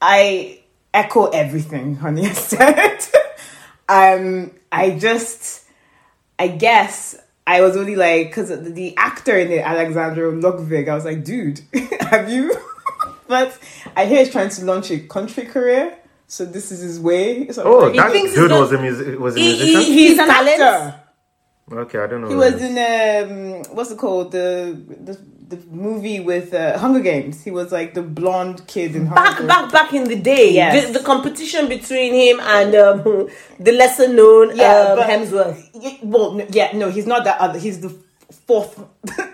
Speaker 1: I echo everything <laughs> Honey has said. um, I just, I guess. I was only like, because the actor in it, Alexander Lugvig, I was like, dude, <laughs> have you? but I hear he's trying to launch a country career, so this is his way. So I'm
Speaker 2: Oh,
Speaker 1: like,
Speaker 2: that
Speaker 3: thinks he's
Speaker 2: dude
Speaker 3: not-
Speaker 2: was a music was a
Speaker 3: He- he-
Speaker 2: musician.
Speaker 3: he-
Speaker 1: he's,
Speaker 3: he's
Speaker 1: an
Speaker 3: an talent.
Speaker 1: actor.
Speaker 2: okay, I don't know.
Speaker 1: He
Speaker 2: who it
Speaker 1: was
Speaker 2: is.
Speaker 1: in um what's it called the the, the movie with uh, Hunger Games. He was like the blonde kid in Hunger
Speaker 3: Back,
Speaker 1: Games.
Speaker 3: back, back in the day,
Speaker 1: Yes.
Speaker 3: the, the competition between him and um, the lesser known
Speaker 1: Yeah,
Speaker 3: um,
Speaker 1: but-
Speaker 3: Hemsworth.
Speaker 1: Y- Well, no, yeah, no, he's not that other. He's the fourth.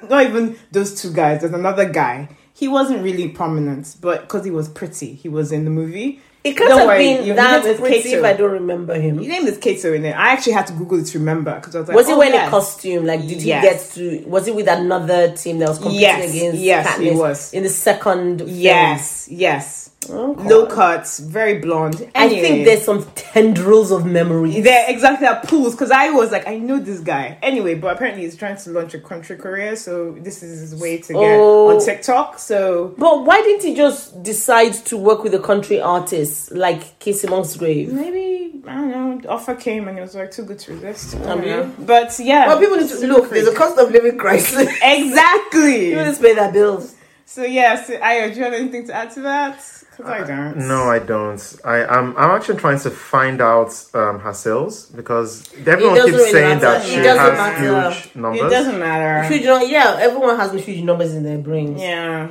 Speaker 1: <laughs> not even those two guys. There's another guy. He wasn't really prominent, but because he was pretty, he was in the movie.
Speaker 3: It could
Speaker 1: Don't
Speaker 3: have
Speaker 1: worry,
Speaker 3: been
Speaker 1: your
Speaker 3: that
Speaker 1: name is
Speaker 3: pretty if
Speaker 1: Kato.
Speaker 3: I don't remember him.
Speaker 1: His name is Kato in it. I actually had to Google it to remember because I was like,
Speaker 3: Was he
Speaker 1: oh,
Speaker 3: wearing
Speaker 1: yes.
Speaker 3: a costume? Like, did he
Speaker 1: Yes.
Speaker 3: get to? Was he with another team that was competing
Speaker 1: Yes,
Speaker 3: against?
Speaker 1: yes, he
Speaker 3: Katniss
Speaker 1: was.
Speaker 3: in the second. film?
Speaker 1: Yes, yes.
Speaker 3: Okay.
Speaker 1: Low cuts, very blonde.
Speaker 3: I
Speaker 1: Anyway.
Speaker 3: think there's some tendrils of memory.
Speaker 1: They're exactly that pools because I was like, I know this guy anyway, but apparently he's trying to launch a country career, so this is his way to get
Speaker 3: Oh.
Speaker 1: on TikTok. So
Speaker 3: But why didn't he just decide to work with a country artist like Casey Musgrave?
Speaker 1: maybe I don't know. The offer came and it was like too good to resist. I
Speaker 3: Um,
Speaker 1: don't know. But yeah,
Speaker 3: Well, people need to look. There's a cost of living
Speaker 1: <laughs>
Speaker 3: crisis. <laughs> people
Speaker 1: exactly.
Speaker 3: need to pay their bills.
Speaker 1: So yeah, so Ayo, do you have anything to add to that? Because I don't.
Speaker 2: Uh, No, I don't. I am. I'm, actually trying to find out um, her sales because everyone
Speaker 3: doesn't
Speaker 2: keeps
Speaker 3: really
Speaker 2: saying
Speaker 3: matter.
Speaker 2: that
Speaker 3: It
Speaker 2: she has
Speaker 3: doesn't matter.
Speaker 2: huge
Speaker 1: it
Speaker 2: numbers.
Speaker 1: doesn't matter.
Speaker 3: Huge, num- yeah, everyone has huge numbers in their brains.
Speaker 1: Yeah,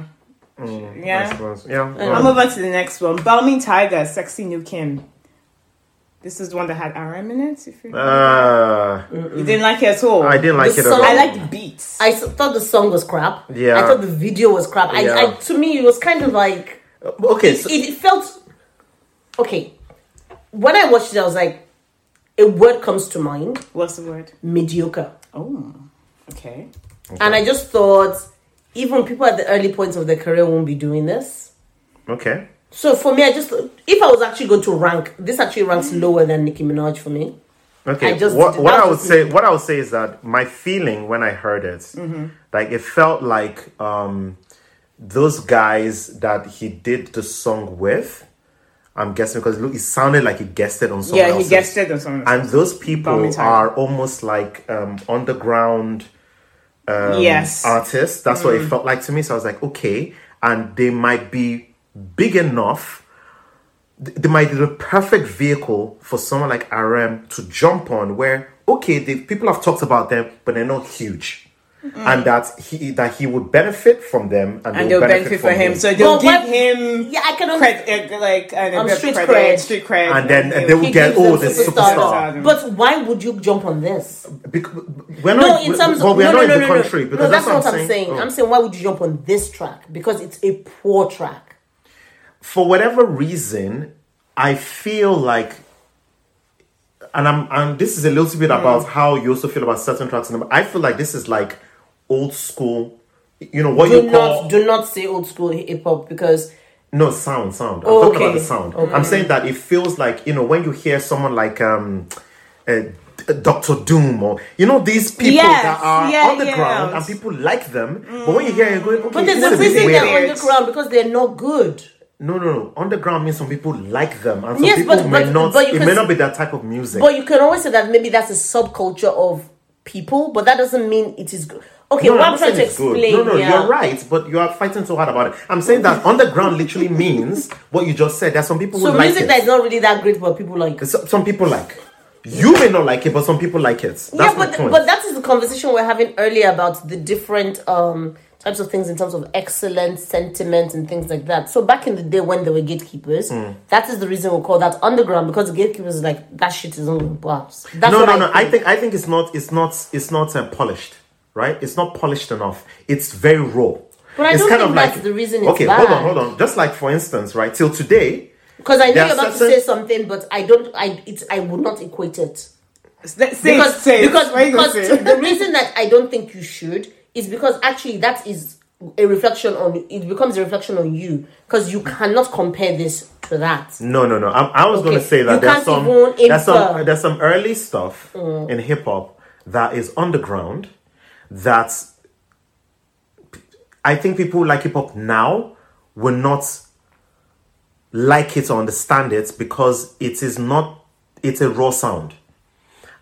Speaker 2: Mm, I
Speaker 1: Yeah.
Speaker 2: suppose. Yeah.
Speaker 1: I'm
Speaker 2: well,
Speaker 1: over to the next one. Balming Tiger, sexy new Kim. This is the one that had RM in it. If you,
Speaker 2: uh,
Speaker 1: you didn't like it at all,
Speaker 2: I didn't like
Speaker 3: The
Speaker 2: it at all.
Speaker 3: song-
Speaker 1: I like the beats.
Speaker 3: I s- thought the song was crap.
Speaker 2: Yeah.
Speaker 3: I thought the video was crap. I,
Speaker 2: Yeah.
Speaker 3: I to me it was kind of like
Speaker 2: okay. So,
Speaker 3: it, it felt okay. When I watched it, I was like, a word comes to mind:
Speaker 1: What's the word?
Speaker 3: mediocre.
Speaker 1: Oh, okay.
Speaker 3: And I just thought, even people at the early points of their career won't be doing this.
Speaker 2: okay.
Speaker 3: So for me, I just if I was actually going to rank, this actually ranks lower than Nicki Minaj for me.
Speaker 2: Okay.
Speaker 3: I just-
Speaker 2: what what
Speaker 3: that
Speaker 2: I would
Speaker 3: was just
Speaker 2: say what I would say is that my feeling when I heard it,
Speaker 1: Mm-hmm.
Speaker 2: like it felt like um, those guys that he did the song with. I'm guessing because look, it sounded like he guessed it on someone
Speaker 1: yeah,
Speaker 2: else's. um,
Speaker 1: he guessed it or something.
Speaker 2: and those
Speaker 1: Bummy
Speaker 2: people
Speaker 1: time.
Speaker 2: are almost like um, underground um,
Speaker 1: Yes.
Speaker 2: artists. That's what
Speaker 3: Mm.
Speaker 2: it felt like to me. So I was like, okay, and they might be big enough. th- They might be the perfect vehicle for someone like RM to jump on. Where okay, the people have talked about them, but they're not huge, and that he that he would benefit from them, and,
Speaker 1: and
Speaker 2: they'll
Speaker 1: they'll benefit
Speaker 2: from
Speaker 1: for him, so they'll
Speaker 3: Well,
Speaker 1: give
Speaker 3: what-
Speaker 1: him
Speaker 3: Yeah, I can understand.
Speaker 1: cred, uh, like I don't
Speaker 3: Um,
Speaker 1: know,
Speaker 3: street
Speaker 1: credit,
Speaker 3: cred.
Speaker 1: street cred,
Speaker 2: And then- and they will
Speaker 3: He
Speaker 2: get,
Speaker 3: gives them
Speaker 2: "Oh, this
Speaker 1: superstar."
Speaker 3: But why would you jump on this?
Speaker 2: Bec- we're
Speaker 3: No,
Speaker 2: not,
Speaker 3: in terms
Speaker 2: but
Speaker 3: of
Speaker 2: we're
Speaker 3: no,
Speaker 2: not
Speaker 3: no, no,
Speaker 2: in the
Speaker 3: no, no.
Speaker 2: country
Speaker 3: No,
Speaker 2: because
Speaker 3: that's,
Speaker 2: what
Speaker 3: not what I'm saying.
Speaker 2: Oh.
Speaker 3: I'm saying why would you jump on this track because it's a poor track.
Speaker 2: for whatever reason, I feel like, and I'm, and this is a little
Speaker 3: Hmm.
Speaker 2: bit about how you also feel about certain tracks. And I feel like this is like old school, you know what
Speaker 3: Do
Speaker 2: you
Speaker 3: not
Speaker 2: call
Speaker 3: do not say old school hip hop because
Speaker 2: no sound, sound. I'm
Speaker 3: Oh,
Speaker 2: talking about
Speaker 3: okay.
Speaker 2: the sound. I'm saying that it feels like you know when you hear someone like um, uh, Doctor Doom or you know these people
Speaker 1: Yes,
Speaker 2: that are
Speaker 1: yeah,
Speaker 2: on the
Speaker 1: yeah.
Speaker 2: ground and people like them, but when you hear it, you're going, okay,
Speaker 3: Mm. but
Speaker 2: this
Speaker 3: there's a
Speaker 2: is a
Speaker 3: reason
Speaker 2: bit weird.
Speaker 3: they're on the ground because they're not good.
Speaker 2: No, no, no. Underground means some people like them, and some
Speaker 3: Yes,
Speaker 2: people
Speaker 3: but-
Speaker 2: may
Speaker 3: but-
Speaker 2: not.
Speaker 3: but you
Speaker 2: it
Speaker 3: can
Speaker 2: may
Speaker 3: s-
Speaker 2: not be that type of music.
Speaker 3: But you can always say that maybe that's a subculture of people, but that doesn't mean it is good. Okay,
Speaker 2: no,
Speaker 3: what
Speaker 2: I'm
Speaker 3: I'm
Speaker 2: not
Speaker 3: trying
Speaker 2: saying
Speaker 3: to
Speaker 2: it's good.
Speaker 3: explain.
Speaker 2: No, no,
Speaker 3: yeah.
Speaker 2: you're right, but you are fighting so hard about it. I'm saying that underground literally means what you just said. There's some people
Speaker 3: So
Speaker 2: who like
Speaker 3: music
Speaker 2: it.
Speaker 3: that is not really that great, but people like.
Speaker 2: So- some people like. You may not like it, but some people like it. That's
Speaker 3: yeah,
Speaker 2: my
Speaker 3: but
Speaker 2: point.
Speaker 3: but that is the conversation we're having earlier about the different um types of things in terms of excellence, sentiment, and things like that. So back in the day when there were gatekeepers,
Speaker 2: Hmm.
Speaker 3: that is the reason we call that underground because the gatekeepers is like that shit is on blast. That's
Speaker 2: no,
Speaker 3: what
Speaker 2: no, no. I think I think it's not. It's not. It's not uh, polished. Right? It's not polished enough. It's very raw.
Speaker 3: But I
Speaker 2: it's
Speaker 3: don't
Speaker 2: kind
Speaker 3: think
Speaker 2: of
Speaker 3: that's
Speaker 2: like
Speaker 3: the reason it's
Speaker 2: okay, hold
Speaker 3: bad.
Speaker 2: on, hold on. Just like for instance, right? Till today,
Speaker 3: because I
Speaker 2: there
Speaker 3: know
Speaker 2: are
Speaker 3: you're about
Speaker 2: certain-
Speaker 3: to say something, but I don't. I it's I would not equate it.
Speaker 1: Let's say
Speaker 3: because
Speaker 1: it, say it.
Speaker 3: because,
Speaker 1: Why you gonna
Speaker 3: because <laughs>
Speaker 1: say it?
Speaker 3: the reason that I don't think you should is because actually that is a reflection on it becomes a reflection on you because you cannot compare this to that.
Speaker 2: No, no, no. I, I was going to
Speaker 3: Okay.
Speaker 2: say that
Speaker 3: You
Speaker 2: there's
Speaker 3: can't
Speaker 2: some
Speaker 3: even
Speaker 2: there's
Speaker 3: infer.
Speaker 2: some there's some early stuff
Speaker 3: Mm.
Speaker 2: in hip hop that is underground. That's I think people who like hip hop now will not like it or understand it because it is not it's a raw sound.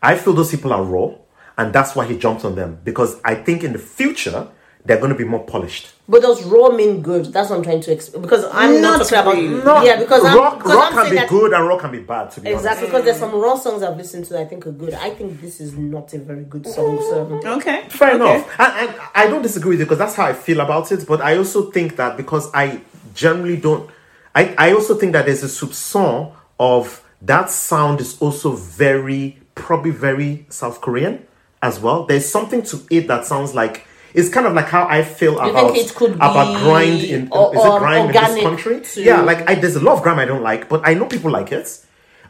Speaker 2: I feel those people are raw, and that's why he jumped on them because I think in the future they're going to be more polished.
Speaker 3: But does raw mean good? That's what I'm trying to explain. Because I'm not,
Speaker 1: Not
Speaker 3: talking
Speaker 1: really.
Speaker 3: about yeah. Because I'm,
Speaker 2: rock,
Speaker 3: because
Speaker 2: rock
Speaker 3: I'm
Speaker 2: can
Speaker 3: saying
Speaker 2: be
Speaker 3: that
Speaker 2: good and rock can be bad. To be honest.
Speaker 3: exactly because there's some raw songs I've listened to that I think are good. I think this is not a very good song. So
Speaker 1: Okay.
Speaker 2: Fair
Speaker 1: Okay.
Speaker 2: enough. And, and I don't disagree with you because that's how I feel about it. But I also think that because I generally don't, I, I also think that there's a soupçon of that sound is also very, probably very South Korean as well. There's something to it that sounds like, it's kind of like how I feel
Speaker 3: think
Speaker 2: about,
Speaker 3: it could
Speaker 2: about
Speaker 3: be
Speaker 2: grind in,
Speaker 3: o-
Speaker 2: is it
Speaker 3: um,
Speaker 2: grind in this
Speaker 3: organic
Speaker 2: country?
Speaker 3: to-
Speaker 2: Yeah, like I, there's a lot of grime I don't like, but I know people like it.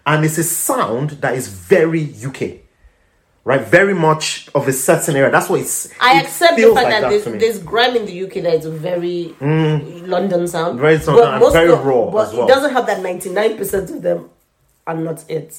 Speaker 2: And it's a sound that is very UK right? Very much of a certain area. That's what it's.
Speaker 3: I
Speaker 2: it
Speaker 3: accept the
Speaker 2: feels
Speaker 3: fact that,
Speaker 2: to
Speaker 3: there's,
Speaker 2: me. Mm.
Speaker 3: there's grime in the UK that is a very London sound,
Speaker 2: Very sound and very raw
Speaker 3: but
Speaker 2: as well.
Speaker 3: it doesn't have that 99 percent of them are not it.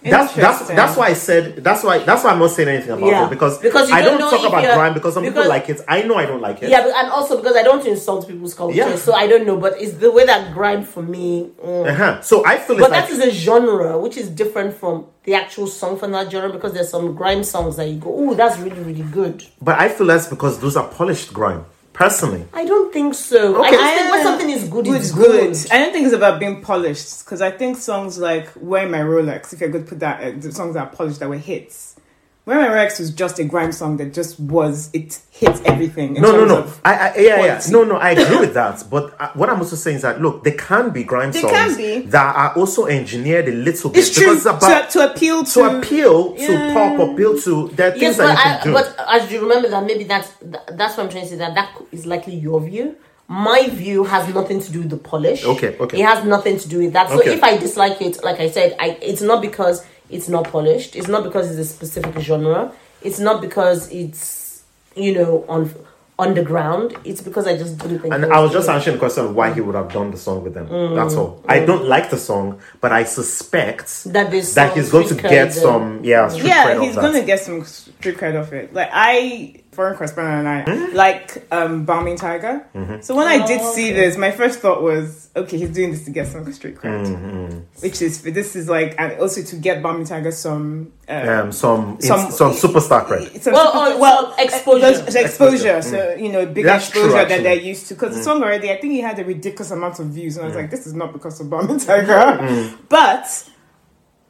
Speaker 2: that's that's
Speaker 1: Interesting.
Speaker 2: that's why I said that's why that's why I'm not saying anything about
Speaker 3: Yeah.
Speaker 2: it because
Speaker 3: Because you
Speaker 2: I don't,
Speaker 3: don't know
Speaker 2: talk
Speaker 3: if
Speaker 2: about
Speaker 3: you're-
Speaker 2: grime because some people
Speaker 3: because-
Speaker 2: like it. I know I don't like it.
Speaker 3: Yeah, but, and also because I don't want to insult people's culture,
Speaker 2: Yeah.
Speaker 3: so I don't know. But it's the way that grime for me. mm.
Speaker 2: Uh-huh. So I feel
Speaker 3: But
Speaker 2: it's like
Speaker 3: that is a genre which is different from the actual song from that genre because there's some grime songs that you go, oh, that's really really good.
Speaker 2: but I feel that's because those are polished grime. Personally,
Speaker 3: I don't think so. I just think when something is good, it's good.
Speaker 1: I don't think it's about being polished because I think songs like "Wear My Rolex," if you're good, put that uh, the songs that are polished that were hits. "Wear My Rolex" was just a grime song that just was it hit everything. In
Speaker 2: no, no,
Speaker 1: terms
Speaker 2: no.
Speaker 1: Of,
Speaker 2: I, I yeah, yeah.
Speaker 1: quality.
Speaker 2: No, no. I agree with that. But uh, what I'm also saying is that look, there can be grime
Speaker 1: There
Speaker 2: songs
Speaker 1: can be.
Speaker 2: that are also engineered a little bit
Speaker 1: it's true
Speaker 2: because it's about
Speaker 1: to, to appeal to,
Speaker 2: to, appeal to
Speaker 1: Yeah.
Speaker 2: pop, appeal to there are
Speaker 3: Yes,
Speaker 2: things that
Speaker 3: but
Speaker 2: you can
Speaker 3: I,
Speaker 2: do.
Speaker 3: but as you remember that maybe that's tha- that's what I'm trying to say that that is likely your view. My view has nothing to do with the polish.
Speaker 2: Okay, okay.
Speaker 3: It has nothing to do with that. So
Speaker 2: Okay.
Speaker 3: if I dislike it, like I said, I it's not because it's not polished. It's not because it's a specific genre. It's not because it's you know on underground. It's because I just didn't think.
Speaker 2: And
Speaker 3: it
Speaker 2: I was just
Speaker 3: good.
Speaker 2: answering the question of why he would have done the song with them. That's all. I don't like the song, but I suspect
Speaker 3: That there's
Speaker 2: that
Speaker 3: some
Speaker 2: he's going to
Speaker 3: street
Speaker 2: get
Speaker 3: cred, uh,
Speaker 2: some yeah. street cred
Speaker 1: yeah,
Speaker 2: off
Speaker 1: he's
Speaker 2: that.
Speaker 1: gonna get some street cred off it. Like I, foreign correspondent, and I like um, bombing Tiger.
Speaker 2: Mm-hmm.
Speaker 1: So when I did see this, my first thought was, okay, he's doing this to get some street cred,
Speaker 2: Mm-hmm.
Speaker 1: which is this is like, and also to get bombing Tiger some. Uh,
Speaker 2: um, some in- some,
Speaker 1: Some-
Speaker 2: superstar cred.
Speaker 1: some
Speaker 3: Well,
Speaker 1: super-
Speaker 3: oh, so exposure.
Speaker 1: uh, those- exposure. So you know, bigger
Speaker 2: That's true,
Speaker 1: exposure
Speaker 2: actually. Mm.
Speaker 1: than they're used to. Because the song already, I think he had a ridiculous amount of views, and I was like, this is not because of Bombing <laughs> Tiger.
Speaker 2: Mm.
Speaker 1: But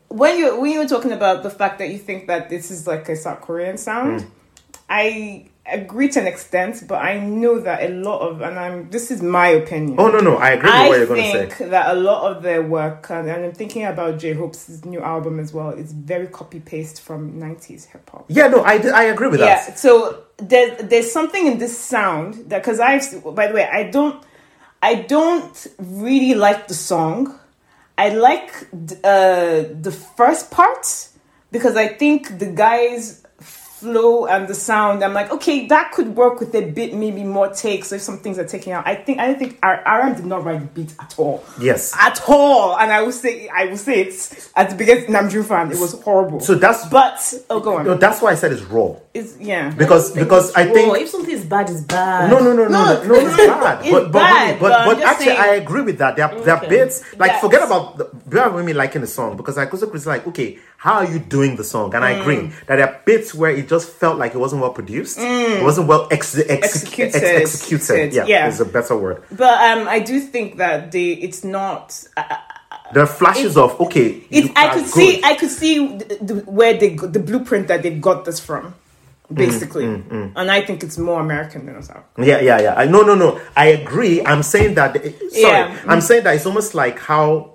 Speaker 1: when you when you were talking about the fact that you think that this is like a South Korean
Speaker 2: Mm.
Speaker 1: sound, I agree to an extent, but I know that a lot of, and I'm this is my opinion.
Speaker 2: Oh no no, I agree with
Speaker 1: I
Speaker 2: what you're going
Speaker 1: think
Speaker 2: to say.
Speaker 1: that a lot of their work, and, and I'm thinking about J Hope's new album as well, is very copy paste from 90s hip hop.
Speaker 2: Yeah no, I, d- I agree with
Speaker 1: Yeah.
Speaker 2: that.
Speaker 1: So there, there's something in this sound that because I've by the way I don't I don't really like the song. I like d- uh, the first part because I think the guys flow and the sound. I'm like, okay, that could work with a bit, maybe more takes if some things are taken out. I think I don't think R- RM did not write the beat at all.
Speaker 2: Yes.
Speaker 1: At all, and I will say I will say it at the biggest Namjoon fan, it was horrible.
Speaker 2: So that's-
Speaker 1: but oh, go on.
Speaker 2: No, that's why I said it's raw
Speaker 1: It's yeah.
Speaker 2: because because I
Speaker 3: Oh,
Speaker 2: think
Speaker 3: if something is bad, it's bad.
Speaker 2: no no no no no,
Speaker 1: No,
Speaker 2: no it's bad.
Speaker 1: it's
Speaker 2: but, but,
Speaker 1: bad,
Speaker 2: but,
Speaker 1: but I'm
Speaker 2: but
Speaker 1: just
Speaker 2: actually
Speaker 1: saying-
Speaker 2: I agree with that. There are, there are
Speaker 3: Okay.
Speaker 2: bits like
Speaker 1: That's-
Speaker 2: forget about the, bear with me liking the song because I also was like okay how are you doing the song and I
Speaker 1: Mm.
Speaker 2: agree that there are bits where it just felt like it wasn't well produced it wasn't well ex- ex-
Speaker 1: Mm. Executed.
Speaker 2: ex- executed yeah,
Speaker 1: Yeah.
Speaker 2: is a better word
Speaker 1: But um, I do think that they it's not. I
Speaker 2: there are flashes of okay
Speaker 1: it's,
Speaker 2: you
Speaker 1: I
Speaker 2: are
Speaker 1: could
Speaker 2: good.
Speaker 1: see I could see the, the, where they go- the blueprint that they've got this from,
Speaker 2: Mm,
Speaker 1: basically. And I think it's more American than us.
Speaker 2: Yeah, yeah, yeah. I, no, no, no. I agree. I'm saying that. eh, Sorry,
Speaker 1: Yeah.
Speaker 2: I'm saying that it's almost like how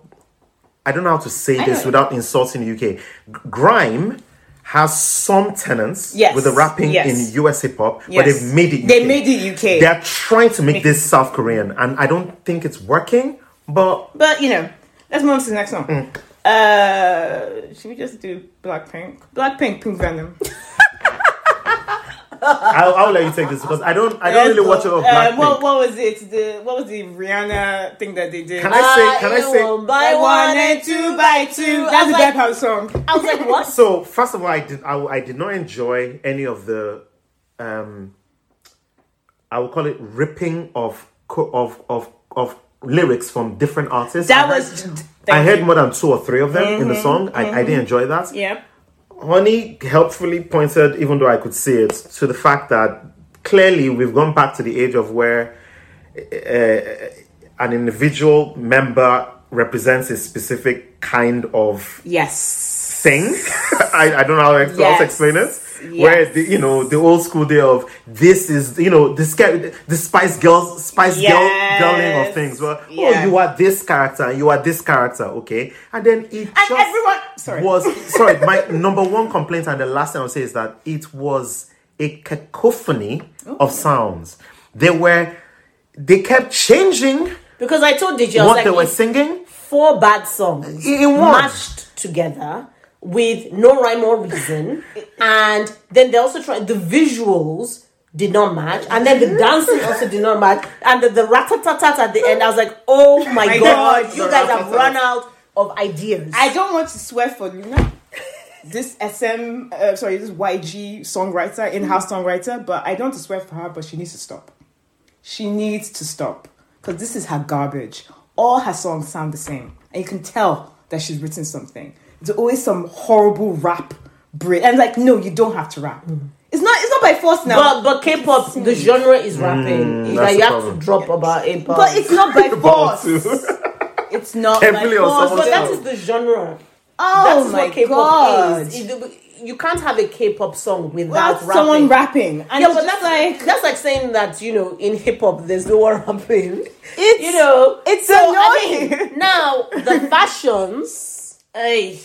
Speaker 2: I don't know how to say this
Speaker 1: know.
Speaker 2: without insulting the UK. G- Grime has some tenants
Speaker 1: Yes,
Speaker 2: with the rapping
Speaker 1: yes.
Speaker 2: in US hip hop, but
Speaker 1: Yes.
Speaker 2: they've made it.
Speaker 1: They
Speaker 2: UK.
Speaker 1: made it UK.
Speaker 2: They're trying to make this South Korean, and I don't think it's working. But
Speaker 1: But you know, let's move on to the next song.
Speaker 2: Mm. <laughs>
Speaker 1: Uh, should we just do Blackpink? Blackpink, Pink Venom.
Speaker 2: I'll, I'll let you take this because I don't. I don't really watch a lot of
Speaker 1: Uh,
Speaker 2: Blackpink.
Speaker 1: what, what was it? The what was the Rihanna thing that they did?
Speaker 2: Can I
Speaker 1: uh,
Speaker 2: say- can I
Speaker 3: you
Speaker 2: say-
Speaker 3: won't
Speaker 1: Buy
Speaker 3: buy
Speaker 1: one and two by two. That's a
Speaker 3: I was, like,
Speaker 1: Deadpound song.
Speaker 3: I was like,
Speaker 2: <laughs>
Speaker 3: what?
Speaker 2: so first of all, I did. I, I did not enjoy any of the. Um, I would call it ripping of co- of of of lyrics from different artists.
Speaker 1: That
Speaker 2: I heard-
Speaker 1: was.
Speaker 2: I heard
Speaker 1: thank you. Mm-hmm,
Speaker 2: more than two or three of them in the song. I, I didn't enjoy that.
Speaker 1: Yeah.
Speaker 2: Honey helpfully pointed, even though I could see it, to the fact that clearly we've gone back to the age of where uh, an individual member represents a specific kind of
Speaker 1: Yes.
Speaker 2: thing. <laughs> I, I don't know how else
Speaker 1: Yes.
Speaker 2: to explain it. Where the, you know the old school day of this is you know the sca- the Spice Girls Spice
Speaker 1: Yes.
Speaker 2: Girl girling of things. Well,
Speaker 1: Yeah.
Speaker 2: oh, you are this character, you are this character, okay, and then it just
Speaker 1: everyone- sorry. <laughs>
Speaker 2: was sorry. My number one complaint and the last thing I'll say is that it was a cacophony of sounds. They were they kept changing
Speaker 3: Because I told DJ, I was
Speaker 2: what
Speaker 3: like,
Speaker 2: they were
Speaker 3: it's
Speaker 2: singing.
Speaker 3: four bad songs
Speaker 2: In- in one.
Speaker 3: mashed together with no rhyme or reason, and then they also tried the visuals did not match, and then
Speaker 1: Mm-hmm.
Speaker 3: the dancing also did not match, and the, the rat tat at the end. I was like,
Speaker 1: <laughs>
Speaker 3: oh my,
Speaker 1: My
Speaker 3: god,
Speaker 1: God,
Speaker 3: you
Speaker 1: the
Speaker 3: guys have
Speaker 1: rat-a-tat.
Speaker 3: run out of ideas.
Speaker 1: I don't want to swear for Luna, this SM, uh, sorry, this YG songwriter, in-house songwriter, but I don't want to swear for her, but she needs to stop. She needs to stop because this is her garbage. All her songs sound the same, and you can tell that she's written something. There's always some horrible rap bridge, and like, no, you don't have to rap. It's not. It's not by force now.
Speaker 3: but but K-pop, the genre is rapping. It's
Speaker 2: Mm, that's
Speaker 3: like you
Speaker 2: the
Speaker 3: have
Speaker 2: problem.
Speaker 3: to drop about eight bars.
Speaker 1: But it's not by force. It's not by
Speaker 2: Heavily on
Speaker 1: force.
Speaker 2: someone's
Speaker 1: But
Speaker 3: but that
Speaker 1: that's,
Speaker 3: is the genre.
Speaker 1: oh
Speaker 3: That's
Speaker 1: my
Speaker 3: what K-pop
Speaker 1: god!
Speaker 3: is. It- you can't have a K-pop song without
Speaker 1: Without someone
Speaker 3: rapping.
Speaker 1: rapping, and
Speaker 3: yeah,
Speaker 1: it's
Speaker 3: but
Speaker 1: just
Speaker 3: that's like that's like saying that you know in hip hop there's no one rapping.
Speaker 1: It's-
Speaker 3: you know
Speaker 1: it's
Speaker 3: I mean,
Speaker 1: <laughs> annoying.
Speaker 3: now <laughs> the fashions, I,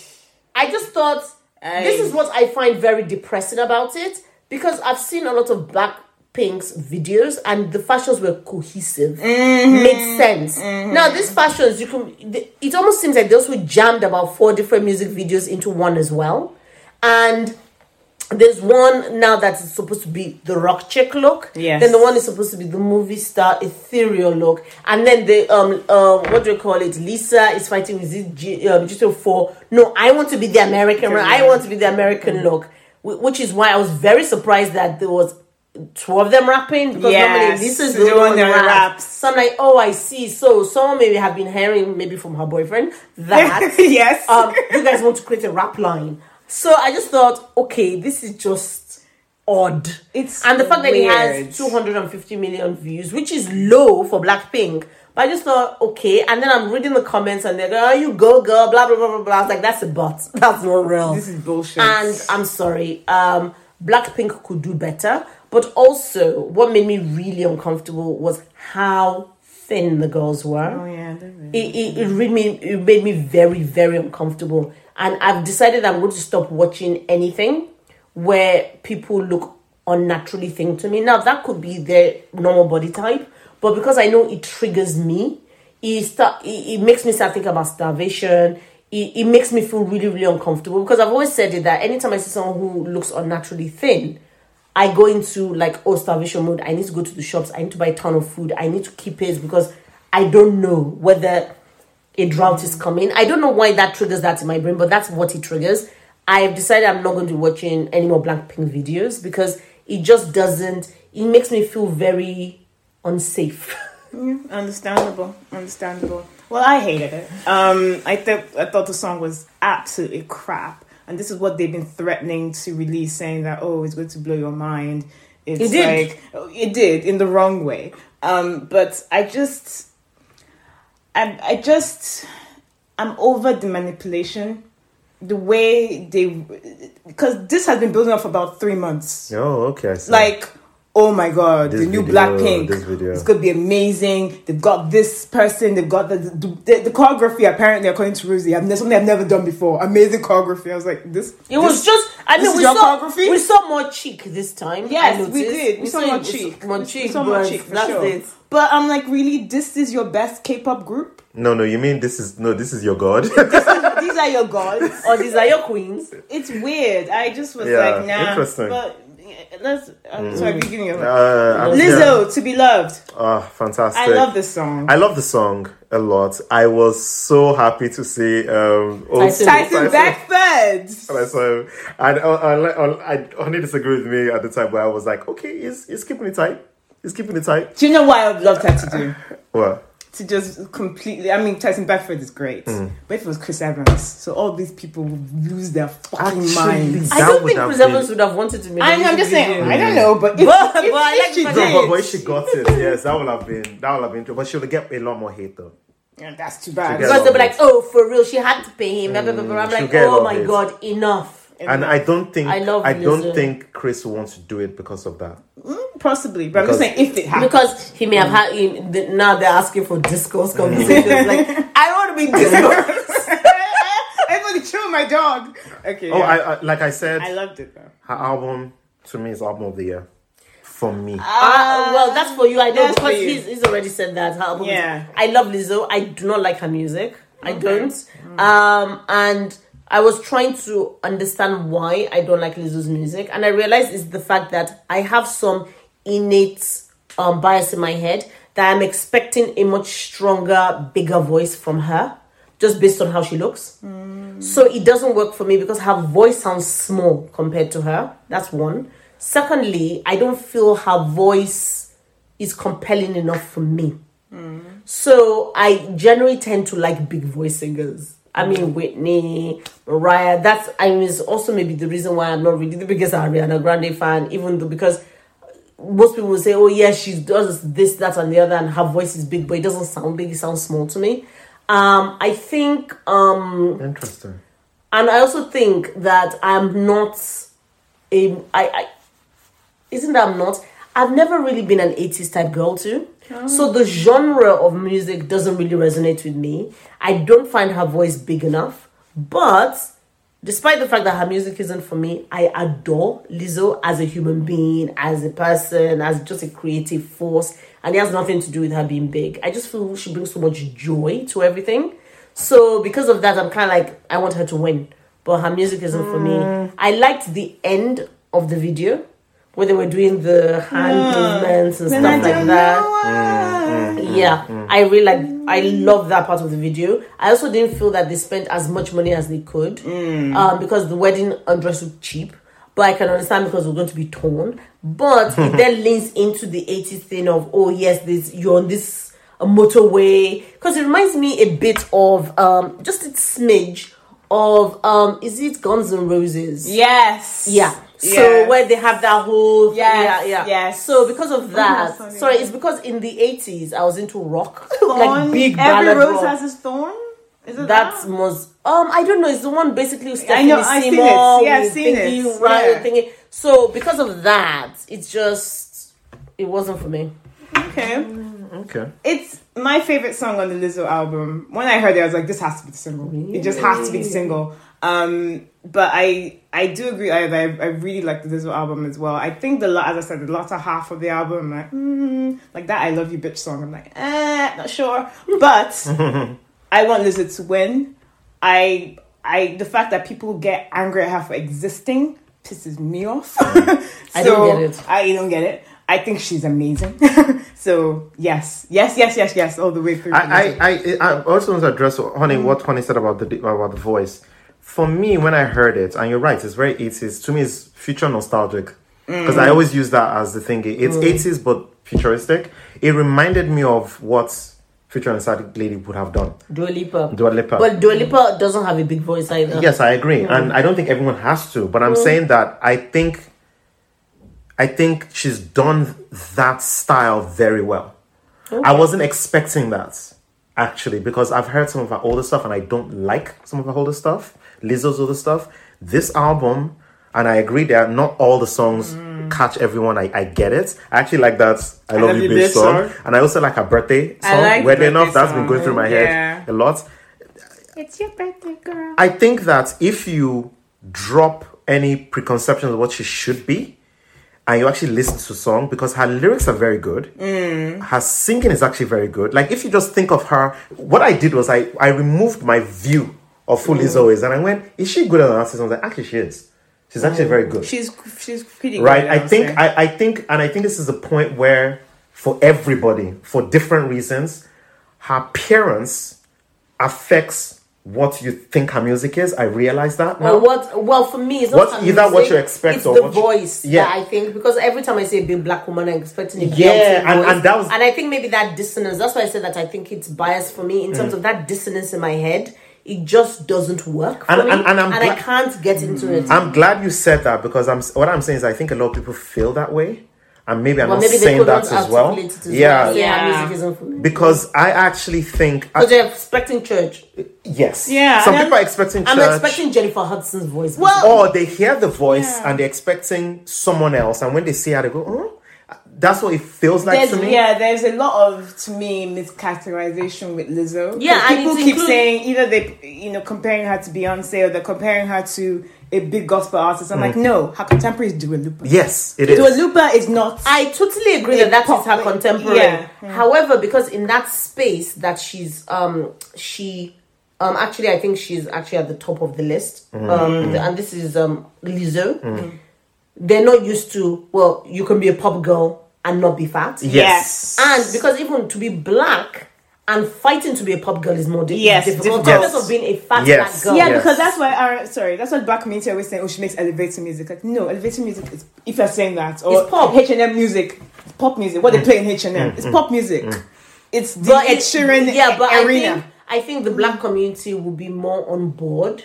Speaker 3: I just thought this is what I find very depressing about it because I've seen a lot of Blackpink's videos and the fashions were cohesive,
Speaker 1: Mm-hmm.
Speaker 3: made sense. Now these fashions, you can the- it almost seems like they also jammed about four different music videos into one as well, and there's one now that is supposed to be the rock chick look.
Speaker 1: Yes.
Speaker 3: Then the one is supposed to be the movie star ethereal look, and then the um um what do you call it? Lisa is fighting with this G, um, GTA Four. No, I want to be the American. one. I want to be the
Speaker 1: Mm-hmm.
Speaker 3: American look, Wh- which is why I was very surprised that there was two of them rapping because
Speaker 1: Yes,
Speaker 3: normally Lisa's
Speaker 1: the
Speaker 3: the
Speaker 1: one
Speaker 3: one that
Speaker 1: that
Speaker 3: raps.
Speaker 1: raps.
Speaker 3: So I'm like, oh, I see. So someone maybe have been hearing maybe from her boyfriend
Speaker 1: <laughs>
Speaker 3: that
Speaker 1: yes.
Speaker 3: um, you guys want to create a rap line. So I just thought, okay, this is just odd.
Speaker 1: It's
Speaker 3: and the fact that it
Speaker 1: weird.
Speaker 3: has 250 million views, which is low for Blackpink. But I just thought, okay, and then I'm reading the comments and they're like, oh, you go, girl, blah, blah, blah, blah, blah. I was like, that's a bot. <laughs> That's not real.
Speaker 1: this is bullshit.
Speaker 3: And I'm sorry, um, Blackpink could do better. But also, what made me really uncomfortable was how thin the girls were
Speaker 1: oh yeah, they're really-
Speaker 3: it, it, it really made, it made me very very uncomfortable and i've decided i'm going to stop watching anything where people look unnaturally thin to me now that could be their normal body type but because i know it triggers me it, start, it, it makes me start thinking about starvation it, it makes me feel really really uncomfortable because i've always said it that anytime i see someone who looks unnaturally thin I go into like oh starvation mode. I need to go to the shops. I need to buy a ton of food. I need to keep pace because I don't know whether a drought is coming. I don't know why that triggers that in my brain, but that's what it triggers. I've decided I'm not going to be watching any more Blackpink videos because it just doesn't. It makes me feel very unsafe. <laughs>
Speaker 1: understandable, understandable. Well, I hated it. Um, I thought I thought the song was absolutely crap, and this is what they've been threatening to release, saying that oh, it's going to blow your mind. It's
Speaker 3: It did.
Speaker 1: like oh, it did in the wrong way. Um, but I just, I, I just, I'm over the manipulation. The way they, because this has been building up for about three months
Speaker 2: Oh, okay. I see.
Speaker 1: like oh my god
Speaker 2: This
Speaker 1: the new
Speaker 2: video,
Speaker 1: blackpink
Speaker 2: this video.
Speaker 1: it's gonna be amazing they've got this person they've got the the, the, the choreography apparently according to Rosie I've, something I've never done before amazing choreography I was like this
Speaker 3: It was just. I
Speaker 1: this
Speaker 3: mean,
Speaker 1: is
Speaker 3: we
Speaker 1: your
Speaker 3: saw
Speaker 1: choreography?
Speaker 3: we saw more cheek this time.
Speaker 1: <laughs> Yes,
Speaker 3: I noticed.
Speaker 1: we did. We saw more cheek.
Speaker 3: More
Speaker 1: We
Speaker 3: cheek.
Speaker 1: saw more
Speaker 3: but
Speaker 1: cheek, for
Speaker 3: That's
Speaker 1: sure.
Speaker 3: it.
Speaker 1: but I'm like really this is your best
Speaker 3: <laughs>
Speaker 1: K-pop group
Speaker 2: no, no. You mean this is no? This is your god. <laughs>
Speaker 1: these are your gods <laughs>
Speaker 3: Or these are your queens.
Speaker 1: it's weird I just was
Speaker 2: Yeah,
Speaker 1: like nah
Speaker 2: interesting. Mm.
Speaker 1: but Let's. I'm sorry, beginning of
Speaker 2: Uh, I'm
Speaker 1: Lizzo, to be loved.
Speaker 2: here. Ah, fantastic.
Speaker 1: I love this song.
Speaker 2: I love the song a lot. I was so happy to see um, old
Speaker 3: Tyson.
Speaker 1: Tyson Beckford.
Speaker 2: And I saw him, and I, I, I, I only disagree with me at the time, but I was like, okay, he's, he's keeping it tight. He's keeping it tight.
Speaker 1: Do you know what I would love her to do?
Speaker 2: Well,
Speaker 1: To just completely. I mean, Tyson Beckford is great,
Speaker 2: Mm.
Speaker 1: but if it was Chris Evans, so all these people would lose their fucking
Speaker 2: Actually,
Speaker 1: minds.
Speaker 3: I
Speaker 2: That
Speaker 3: don't
Speaker 2: would
Speaker 3: think
Speaker 2: have
Speaker 3: Chris
Speaker 2: been-
Speaker 3: Evans would have wanted to be.
Speaker 1: I mean, I'm just saying. I don't know, but if,
Speaker 3: But-
Speaker 1: if-
Speaker 3: but I
Speaker 1: if
Speaker 3: like
Speaker 1: she
Speaker 3: my
Speaker 2: no, but,
Speaker 1: did,
Speaker 2: but if she got it, yes, that would have been that would have been true. But she would get a lot more hate though.
Speaker 1: yeah, that's too bad.
Speaker 2: Together.
Speaker 3: Because they'll be like, oh, for real, she had to pay him. blah, blah, blah, blah. I'm like,
Speaker 2: Mm, she'll get a lot
Speaker 3: oh
Speaker 2: of
Speaker 3: my
Speaker 2: hate.
Speaker 3: god,
Speaker 2: <laughs>
Speaker 3: enough.
Speaker 2: And I don't think
Speaker 3: I
Speaker 2: I,
Speaker 3: love Lizzo.
Speaker 2: don't think Chris wants to do it because of that.
Speaker 1: Possibly, but I'm just saying if it happened.
Speaker 3: Because he may have had him. th- Now they're asking for
Speaker 2: <laughs>
Speaker 3: discourse conversations. like, I don't want to be discourse.
Speaker 1: <laughs> Everybody kill my dog. Okay.
Speaker 2: Oh,
Speaker 1: yeah.
Speaker 2: I, I like I said,
Speaker 1: I loved it though.
Speaker 2: her album to me is album of the year for me. Uh,
Speaker 3: Ah, well, that's for you. I know
Speaker 1: That's for
Speaker 3: because
Speaker 1: you.
Speaker 3: he's, he's already said that. Her album is-
Speaker 1: Yeah.
Speaker 3: I love Lizzo. I do not like her music. I don't. Um, and I was trying to understand why I don't like Lizzo's music, and I realized it's the fact that I have some innate um, bias in my head that I'm expecting a much stronger, bigger voice from her, just based on how she looks. So it doesn't work for me because her voice sounds small compared to her. That's one. Secondly, I don't feel her voice is compelling enough for me. So I generally tend to like big voice singers. I mean Whitney, Mariah. That's I mean it's also maybe the reason why I'm not really the biggest Ariana Grande fan, even though because most people will say, "Oh yeah, she does this, that, and the other, and her voice is big, but it doesn't sound big. It sounds small to me." Um, I think um,
Speaker 2: Interesting.
Speaker 3: and I also think that I'm not a I, I isn't that I'm not I've never really been an 80s type girl too. So the genre of music doesn't really resonate with me. I don't find her voice big enough, but despite the fact that her music isn't for me, I adore Lizzo as a human being, as a person, as just a creative force. And it has nothing to do with her being big. I just feel she brings so much joy to everything. So because of that, I'm kind of like, I want her to win. But her music isn't for me. I liked the end of the video where they were doing the hand movements and stuff like that. Yeah, I really like. I love that part of the video. I also didn't feel that they spent as much money as they could, um, because the wedding undress looked cheap. But I can understand because we're going to be torn. But it then leans into the 80s thing of oh yes, this you're on this uh, motorway because it reminds me a bit of um, just a smidge of um, is it Guns N' Roses?
Speaker 1: Yes.
Speaker 3: Yeah. So
Speaker 1: Yes.
Speaker 3: where they have that whole
Speaker 1: Yes,
Speaker 3: yeah, yeah.
Speaker 1: yes. Oh,
Speaker 3: So because of that,
Speaker 1: that's funny.
Speaker 3: sorry, it's because in the eighties I was into rock, <laughs>
Speaker 1: Thorn.
Speaker 3: like big
Speaker 1: Every
Speaker 3: ballad
Speaker 1: rose
Speaker 3: rock.
Speaker 1: has its thorn. Is it
Speaker 3: That's
Speaker 1: that?
Speaker 3: most um I don't know. It's the one basically with
Speaker 1: I
Speaker 3: Stephanie
Speaker 1: know, I've seen it.
Speaker 3: Seymour.
Speaker 1: Yeah, I've
Speaker 3: with
Speaker 1: seen
Speaker 3: Pinky
Speaker 1: it.
Speaker 3: Riley
Speaker 1: Yeah.
Speaker 3: thingy. So because of that, it's just it wasn't for me.
Speaker 1: okay.
Speaker 2: Okay.
Speaker 1: It's my favorite song on the Lizzo album. When I heard it, I was like, this has to be the single. It just has to be the single. Um, but I I do agree. I I, I really like the Lizzo album as well. I think the la- as I said, the latter half of the album, I'm like mm, like that "I Love You Bitch" song. I'm like, eh, not sure, but. I want Lizzo to win. I I the fact that people get angry at her for existing pisses me off. <laughs>
Speaker 3: I
Speaker 1: So,
Speaker 3: don't get it.
Speaker 1: I don't get it. I think she's amazing. so yes, yes, yes, yes, yes, all the way through.
Speaker 2: I, I, I, I also want to address honey what honey said about the about the voice. For me, when I heard it, and you're right, it's very 80s. To me, it's future nostalgic because I always use that as the thingy. It's 80s but futuristic. It reminded me of what future nostalgic lady would have done.
Speaker 3: Dua Lipa.
Speaker 2: Dua Lipa.
Speaker 3: But Dua Lipa doesn't have a big voice either.
Speaker 2: Yes, I agree, and I don't think everyone has to. But I'm saying that I think, I think she's done that style very well. I wasn't expecting that actually because I've heard some of her older stuff and I don't like some of her older stuff, Lizzo's older stuff. This album, and I agree that not all the songs catch everyone. I, I get it. I actually like that I, love, you bitch song. and I also like her birthday song.
Speaker 1: like
Speaker 2: Weirdly
Speaker 1: birthday
Speaker 2: enough, that's been
Speaker 1: song.
Speaker 2: going through my
Speaker 1: Yeah.
Speaker 2: head a lot.
Speaker 1: it's your birthday, girl.
Speaker 2: I think that if you drop any preconceptions of what she should be, and you actually listen to song because her lyrics are very good. Her singing is actually very good. Like if you just think of her, what I did was I I removed my view of who Lizzo is, and I went, is she good as an artist? I was like, actually she is. She's actually very good.
Speaker 1: She's she's pretty
Speaker 2: right
Speaker 1: good,
Speaker 2: i
Speaker 1: would
Speaker 2: think
Speaker 1: say.
Speaker 2: I, I think and i think this is the point where for everybody for different reasons her appearance affects what you think her music is i realize that now
Speaker 3: Well, what? Well, for me, it's not
Speaker 2: What-
Speaker 3: her
Speaker 2: either what
Speaker 3: music,
Speaker 2: you expect
Speaker 3: it's
Speaker 2: or
Speaker 3: the
Speaker 2: what you-
Speaker 3: voice.
Speaker 2: Yeah.
Speaker 3: that I think because every time I say big black woman, I'm expecting a
Speaker 2: Yeah,
Speaker 3: Beyonce
Speaker 2: and-
Speaker 3: voice.
Speaker 2: and that was-
Speaker 3: and I think maybe that dissonance. That's why I said that I think it's biased for
Speaker 2: Mm.
Speaker 3: me in terms of that dissonance in my head. It just doesn't work for
Speaker 2: And-
Speaker 3: me,
Speaker 2: and- and I'm
Speaker 3: I
Speaker 2: gla-
Speaker 3: can't get into it.
Speaker 2: i'm glad you said that because i'm what i'm saying is i think a lot of people feel that way and maybe i'm
Speaker 3: But
Speaker 2: not
Speaker 3: maybe they
Speaker 2: saying
Speaker 3: couldn't
Speaker 2: that as well
Speaker 3: articulate it as
Speaker 2: yeah
Speaker 3: well.
Speaker 1: Yeah.
Speaker 3: yeah, music isn't for me.
Speaker 2: because i actually think uh,
Speaker 3: So they're expecting church.
Speaker 2: yes
Speaker 1: Yeah,
Speaker 2: some
Speaker 1: and
Speaker 2: people are
Speaker 1: I'm-
Speaker 2: expecting
Speaker 3: I'm
Speaker 2: church.
Speaker 3: expecting Jennifer Hudson's voice.
Speaker 2: or they hear the voice
Speaker 1: Yeah.
Speaker 2: and they're expecting someone else, and when they see her, they go, "Oh, that's what it feels like
Speaker 1: There's,
Speaker 2: to me."
Speaker 1: yeah, there's a lot of to me miscategorization with Lizzo. 'Cause
Speaker 3: Yeah, and
Speaker 1: people
Speaker 3: it's
Speaker 1: keep
Speaker 3: include-
Speaker 1: saying either they, you know, comparing her to Beyonce or they're comparing her to a big gospel artist.
Speaker 2: Mm.
Speaker 1: I'm like, no, her contemporary is Dua Lipa.
Speaker 2: Yes, it
Speaker 1: Dua
Speaker 2: is.
Speaker 1: Lipa is not.
Speaker 3: I totally agree
Speaker 1: They
Speaker 3: that that is
Speaker 1: pop-
Speaker 3: her contemporary.
Speaker 1: yeah.
Speaker 3: However, because in that space that she's um she um actually I think she's actually at the top of the list.
Speaker 2: Mm-hmm.
Speaker 3: Um and this is um Lizzo. They're not used to well, you can be a pop girl and not be fat.
Speaker 2: Yes.
Speaker 3: And because even to be black and fighting to be a pop girl is more di-
Speaker 1: Yes,
Speaker 3: difficult.
Speaker 1: difficult.
Speaker 3: Because of being a fat
Speaker 2: Yes.
Speaker 3: black girl.
Speaker 1: yeah,
Speaker 2: Yes.
Speaker 1: because that's why. Our, sorry, that's why black community always saying, "Oh, she makes elevator music." Like, no, elevator music is if you're saying that or
Speaker 3: It's pop.
Speaker 1: H and M music, it's pop music. What they play in H and M, it's pop music. It's the
Speaker 3: but it-
Speaker 1: Ed Sheeran
Speaker 3: yeah, but
Speaker 1: arena.
Speaker 3: I think, I think the black community would be more on board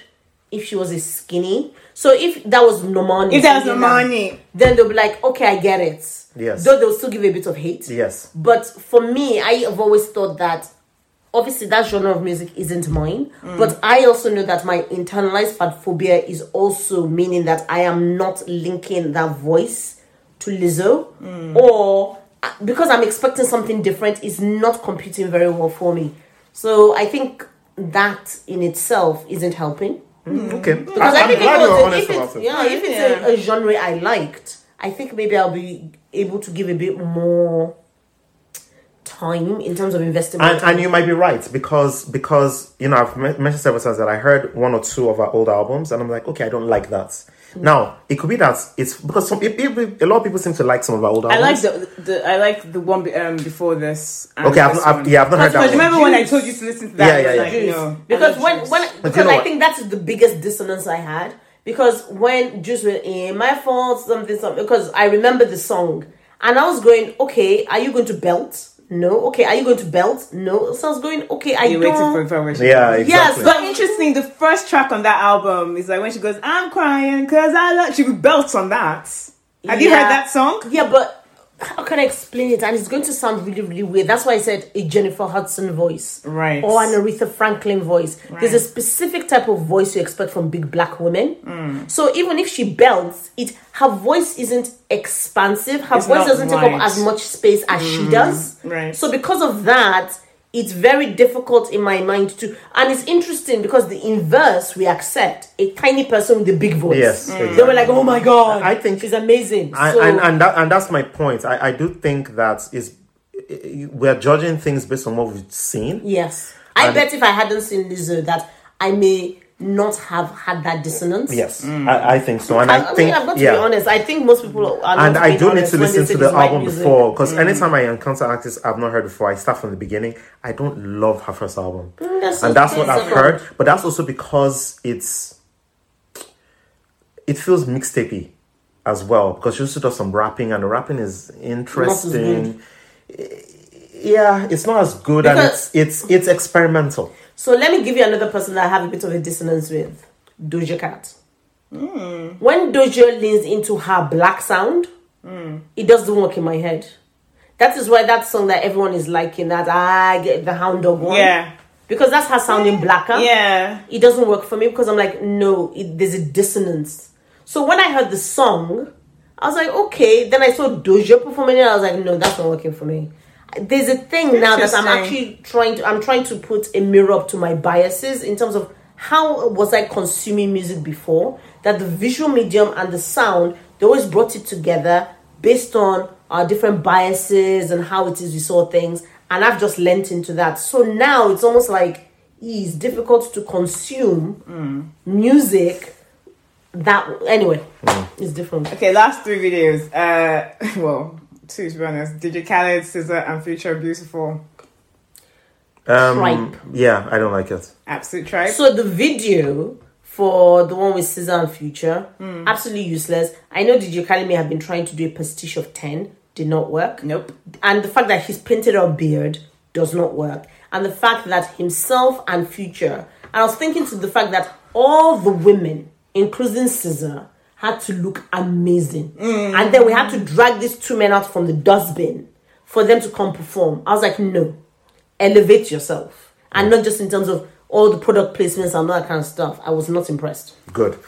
Speaker 3: if she was a skinny. So if that was Normani,
Speaker 1: if there's no
Speaker 3: singing
Speaker 1: money,
Speaker 3: that, then they'll be like, okay, I get it.
Speaker 2: Yes.
Speaker 3: Though they'll still give a bit of hate.
Speaker 2: Yes.
Speaker 3: But for me, I have always thought that obviously that genre of music isn't mine, but I also know that my internalized fat phobia is also meaning that I am not linking that voice to Lizzo or uh, because I'm expecting something different is not competing very well for me. So I think that in itself isn't helping.
Speaker 2: Okay,
Speaker 3: Because I
Speaker 2: I'm
Speaker 3: think it
Speaker 2: glad
Speaker 3: was a-
Speaker 2: you're
Speaker 3: if
Speaker 2: honest
Speaker 3: it's,
Speaker 2: about it.
Speaker 3: yeah, if it's
Speaker 1: Yeah.
Speaker 3: a, a genre I liked, I think maybe I'll be able to give a bit more time in terms of investing. my
Speaker 2: And,
Speaker 3: time.
Speaker 2: and you might be right because because you know I've men- mentioned several times that I heard one or two of our old albums and I'm like okay I don't like that. Now it could be that it's because some it, it- a lot of people seem to like some of our old
Speaker 1: I
Speaker 2: albums.
Speaker 1: like the, the I like the one be- um, before this. and
Speaker 2: Okay, I've
Speaker 1: this
Speaker 2: not- I've-
Speaker 1: one.
Speaker 2: yeah, I've not heard that
Speaker 1: Because
Speaker 2: one.
Speaker 1: Remember when I told you to listen to that?
Speaker 2: Yeah,
Speaker 1: I was
Speaker 2: yeah,
Speaker 1: like,
Speaker 2: yeah.
Speaker 1: no,
Speaker 3: because
Speaker 1: I love
Speaker 3: when
Speaker 1: Juice.
Speaker 3: when
Speaker 2: But
Speaker 3: because
Speaker 2: you know
Speaker 3: I
Speaker 2: what?
Speaker 3: think that's the biggest dissonance I had because when Juice went in my fault something something because I remember the song and I was going okay are you going to belt no okay are you going to belt no so I was going okay I
Speaker 1: you're waiting
Speaker 3: don't
Speaker 1: for information.
Speaker 2: yeah,
Speaker 3: Yes,
Speaker 2: exactly.
Speaker 3: but-
Speaker 1: But interesting, the first track on that album is like when she goes, "I'm crying because I love." She belts on that. Have you
Speaker 3: Yeah.
Speaker 1: heard that song?
Speaker 3: Yeah, but how can I explain it? And it's going to sound really, really weird. That's why I said a Jennifer Hudson voice.
Speaker 1: Right.
Speaker 3: Or an Aretha Franklin voice. There's a specific type of voice you expect from big black women.
Speaker 1: Hmm.
Speaker 3: So even if she belts, it her voice isn't expansive. Her
Speaker 1: It's
Speaker 3: voice
Speaker 1: not
Speaker 3: doesn't take up
Speaker 1: wide.
Speaker 3: as much space as she does.
Speaker 1: right.
Speaker 3: So because of that, it's very difficult in my mind to and it's interesting because the inverse we accept a tiny person with a big voice.
Speaker 2: Yes,
Speaker 1: Hmm.
Speaker 3: They were like, Oh my god,
Speaker 2: I think-
Speaker 3: she's amazing.
Speaker 2: I,
Speaker 3: so,
Speaker 2: and and that, and that's my point. I, I do think that is we're judging things based on what we've seen.
Speaker 3: Yes. I
Speaker 2: And-
Speaker 3: bet if I hadn't seen Lizzo that I may not have had that dissonance.
Speaker 2: Yes, I, I think so, and
Speaker 3: I,
Speaker 2: I,
Speaker 3: I
Speaker 2: think
Speaker 3: mean, I've got to
Speaker 2: yeah.
Speaker 3: be honest. I think most people are not
Speaker 2: and I
Speaker 3: being
Speaker 2: do need
Speaker 3: honest
Speaker 2: to
Speaker 3: when they
Speaker 2: listen
Speaker 3: say
Speaker 2: to
Speaker 3: this
Speaker 2: the
Speaker 3: is white
Speaker 2: album
Speaker 3: music. mm.
Speaker 2: before because anytime I encounter artists I've not heard before, I start from the beginning. I don't love her first album,
Speaker 3: that's
Speaker 2: and that's what
Speaker 3: Mm. okay,
Speaker 2: I've
Speaker 3: so-
Speaker 2: heard. But that's also because it's it feels mixtapey as well because she also does some rapping, and the rapping is interesting. Yeah, it's not as good,
Speaker 3: Because-
Speaker 2: and it's it's it's experimental.
Speaker 3: So let me give you another person that I have a bit of a dissonance with Doja Cat. When Doja leans into her black sound, it doesn't work in my head. That is why that song that everyone is liking, that I get the hound dog one.
Speaker 1: Yeah.
Speaker 3: Because that's her sounding blacker.
Speaker 1: Yeah.
Speaker 3: it doesn't work for me because I'm like, no, it, there's a dissonance. So when I heard the song, I was like, okay. Then I saw Doja performing it. I was like, no, that's not working for me. There's a thing now that I'm
Speaker 1: Interesting.
Speaker 3: actually trying to. I'm trying to put a mirror up to my biases in terms of how was I consuming music before that the visual medium and the sound they always brought it together based on our different biases and how it is we saw things. And I've just lent into that. So now it's almost like it's difficult to consume music that anyway, it's different.
Speaker 1: Okay, last three videos. Uh, <laughs> well, two to be honest. DJ Khaled, Scissor, and Future Beautiful.
Speaker 2: Um,
Speaker 3: Tripe.
Speaker 2: Yeah, I don't like it.
Speaker 1: Absolute tribe.
Speaker 3: So the video for the one with Scissor and Future, absolutely useless. I know DJ Khaled may have been trying to do a pastiche of ten, did not work.
Speaker 1: nope.
Speaker 3: And the fact that he's painted up beard does not work. And the fact that himself and Future, and I was thinking to the fact that all the women, including Scissor, had to look amazing. And then we had to drag these two men out from the dustbin for them to come perform. I was like, no, elevate yourself. And not just in terms of all the product placements and all that kind of stuff. I was not impressed.
Speaker 2: Good.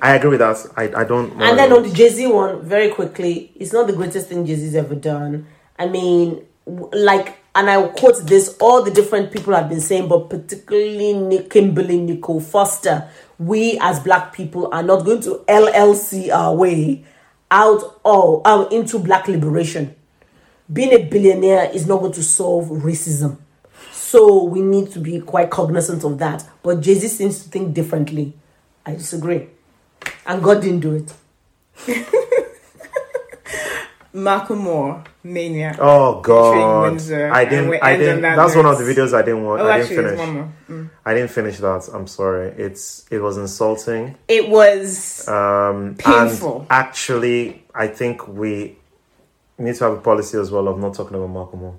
Speaker 2: I agree with that. I, I don't.
Speaker 3: And then on the Jay Z one, very quickly, it's not the greatest thing Jay Z's ever done. I mean, w- like, and I will quote this all the different people have been saying, but particularly Nick Kimberly, Nicole Foster. We as black people are not going to LLC our way out all um, into black liberation. Being a billionaire is not going to solve racism. So we need to be quite cognizant of that. But Jay Z seems to think differently. I disagree. And God didn't do it.
Speaker 1: Malcolm Moore, Mania.
Speaker 2: Oh god!
Speaker 1: Windsor,
Speaker 2: I
Speaker 1: and we
Speaker 2: didn't. I
Speaker 1: end on
Speaker 2: didn't.
Speaker 1: that
Speaker 2: That's one of the
Speaker 1: note.
Speaker 2: videos I didn't want.
Speaker 1: Oh,
Speaker 2: I
Speaker 1: actually,
Speaker 2: didn't
Speaker 1: there's
Speaker 2: finish.
Speaker 1: one more. Mm.
Speaker 2: I didn't finish that. I'm sorry. It's it was insulting.
Speaker 1: It was
Speaker 2: Um,
Speaker 1: Painful.
Speaker 2: And actually, I think we need to have a policy as well of not talking about Malcolm Moore.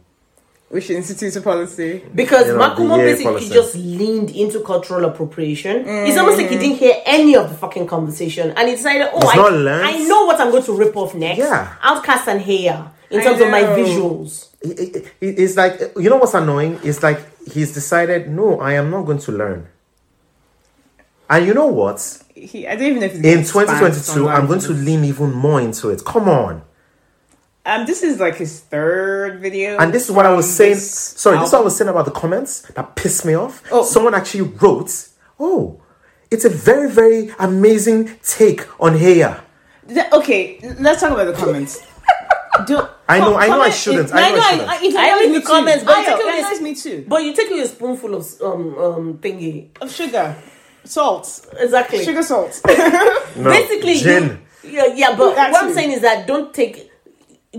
Speaker 1: we should institute a policy.
Speaker 3: Because
Speaker 2: You know,
Speaker 3: Makumo
Speaker 2: the EA
Speaker 3: basically
Speaker 2: policy.
Speaker 3: just leaned into cultural appropriation. It's almost like he
Speaker 1: Mm-hmm.
Speaker 3: didn't hear any of the fucking conversation and he decided, oh,
Speaker 2: He's
Speaker 3: I,
Speaker 2: not learned.
Speaker 3: I know what I'm going to rip off next.
Speaker 2: Yeah.
Speaker 3: Outcast and Hair in
Speaker 1: I
Speaker 3: terms of my
Speaker 1: know.
Speaker 3: visuals.
Speaker 2: It- it- it- it's like you know what's annoying. It's like he's decided. No, I am not going to learn. And you know what?
Speaker 1: He, I don't even know if it's
Speaker 2: In 2022, I'm going to lean even more into it. Come on.
Speaker 1: Um, this is like his third video,
Speaker 2: And this is what I was
Speaker 1: from
Speaker 2: saying.
Speaker 1: this
Speaker 2: sorry, this is what I
Speaker 1: album.
Speaker 2: was saying about the comments that pissed me off.
Speaker 1: Oh.
Speaker 2: Someone actually wrote, "Oh, it's a very, very amazing take on Heya."
Speaker 1: Th- okay, l- let's talk about the comments.
Speaker 3: <laughs>
Speaker 1: Do,
Speaker 2: I know, I
Speaker 1: com-
Speaker 2: know, I
Speaker 1: comment-
Speaker 2: shouldn't.
Speaker 1: it-
Speaker 2: I know, I,
Speaker 1: I,
Speaker 2: shouldn't.
Speaker 1: I, it
Speaker 3: I
Speaker 1: annoys
Speaker 3: read
Speaker 1: me
Speaker 3: the
Speaker 1: too.
Speaker 3: comments, but
Speaker 1: I-
Speaker 3: it's
Speaker 1: it
Speaker 3: okay.
Speaker 1: annoys me too.
Speaker 3: But you take it with a spoonful of um, um thingy.
Speaker 1: Of sugar, salt,
Speaker 3: Exactly. <laughs>
Speaker 1: sugar salt. <laughs>
Speaker 2: No,
Speaker 3: basically
Speaker 2: Jin.
Speaker 3: you- yeah, yeah but
Speaker 1: That
Speaker 3: what i'm
Speaker 1: too.
Speaker 3: saying is that don't take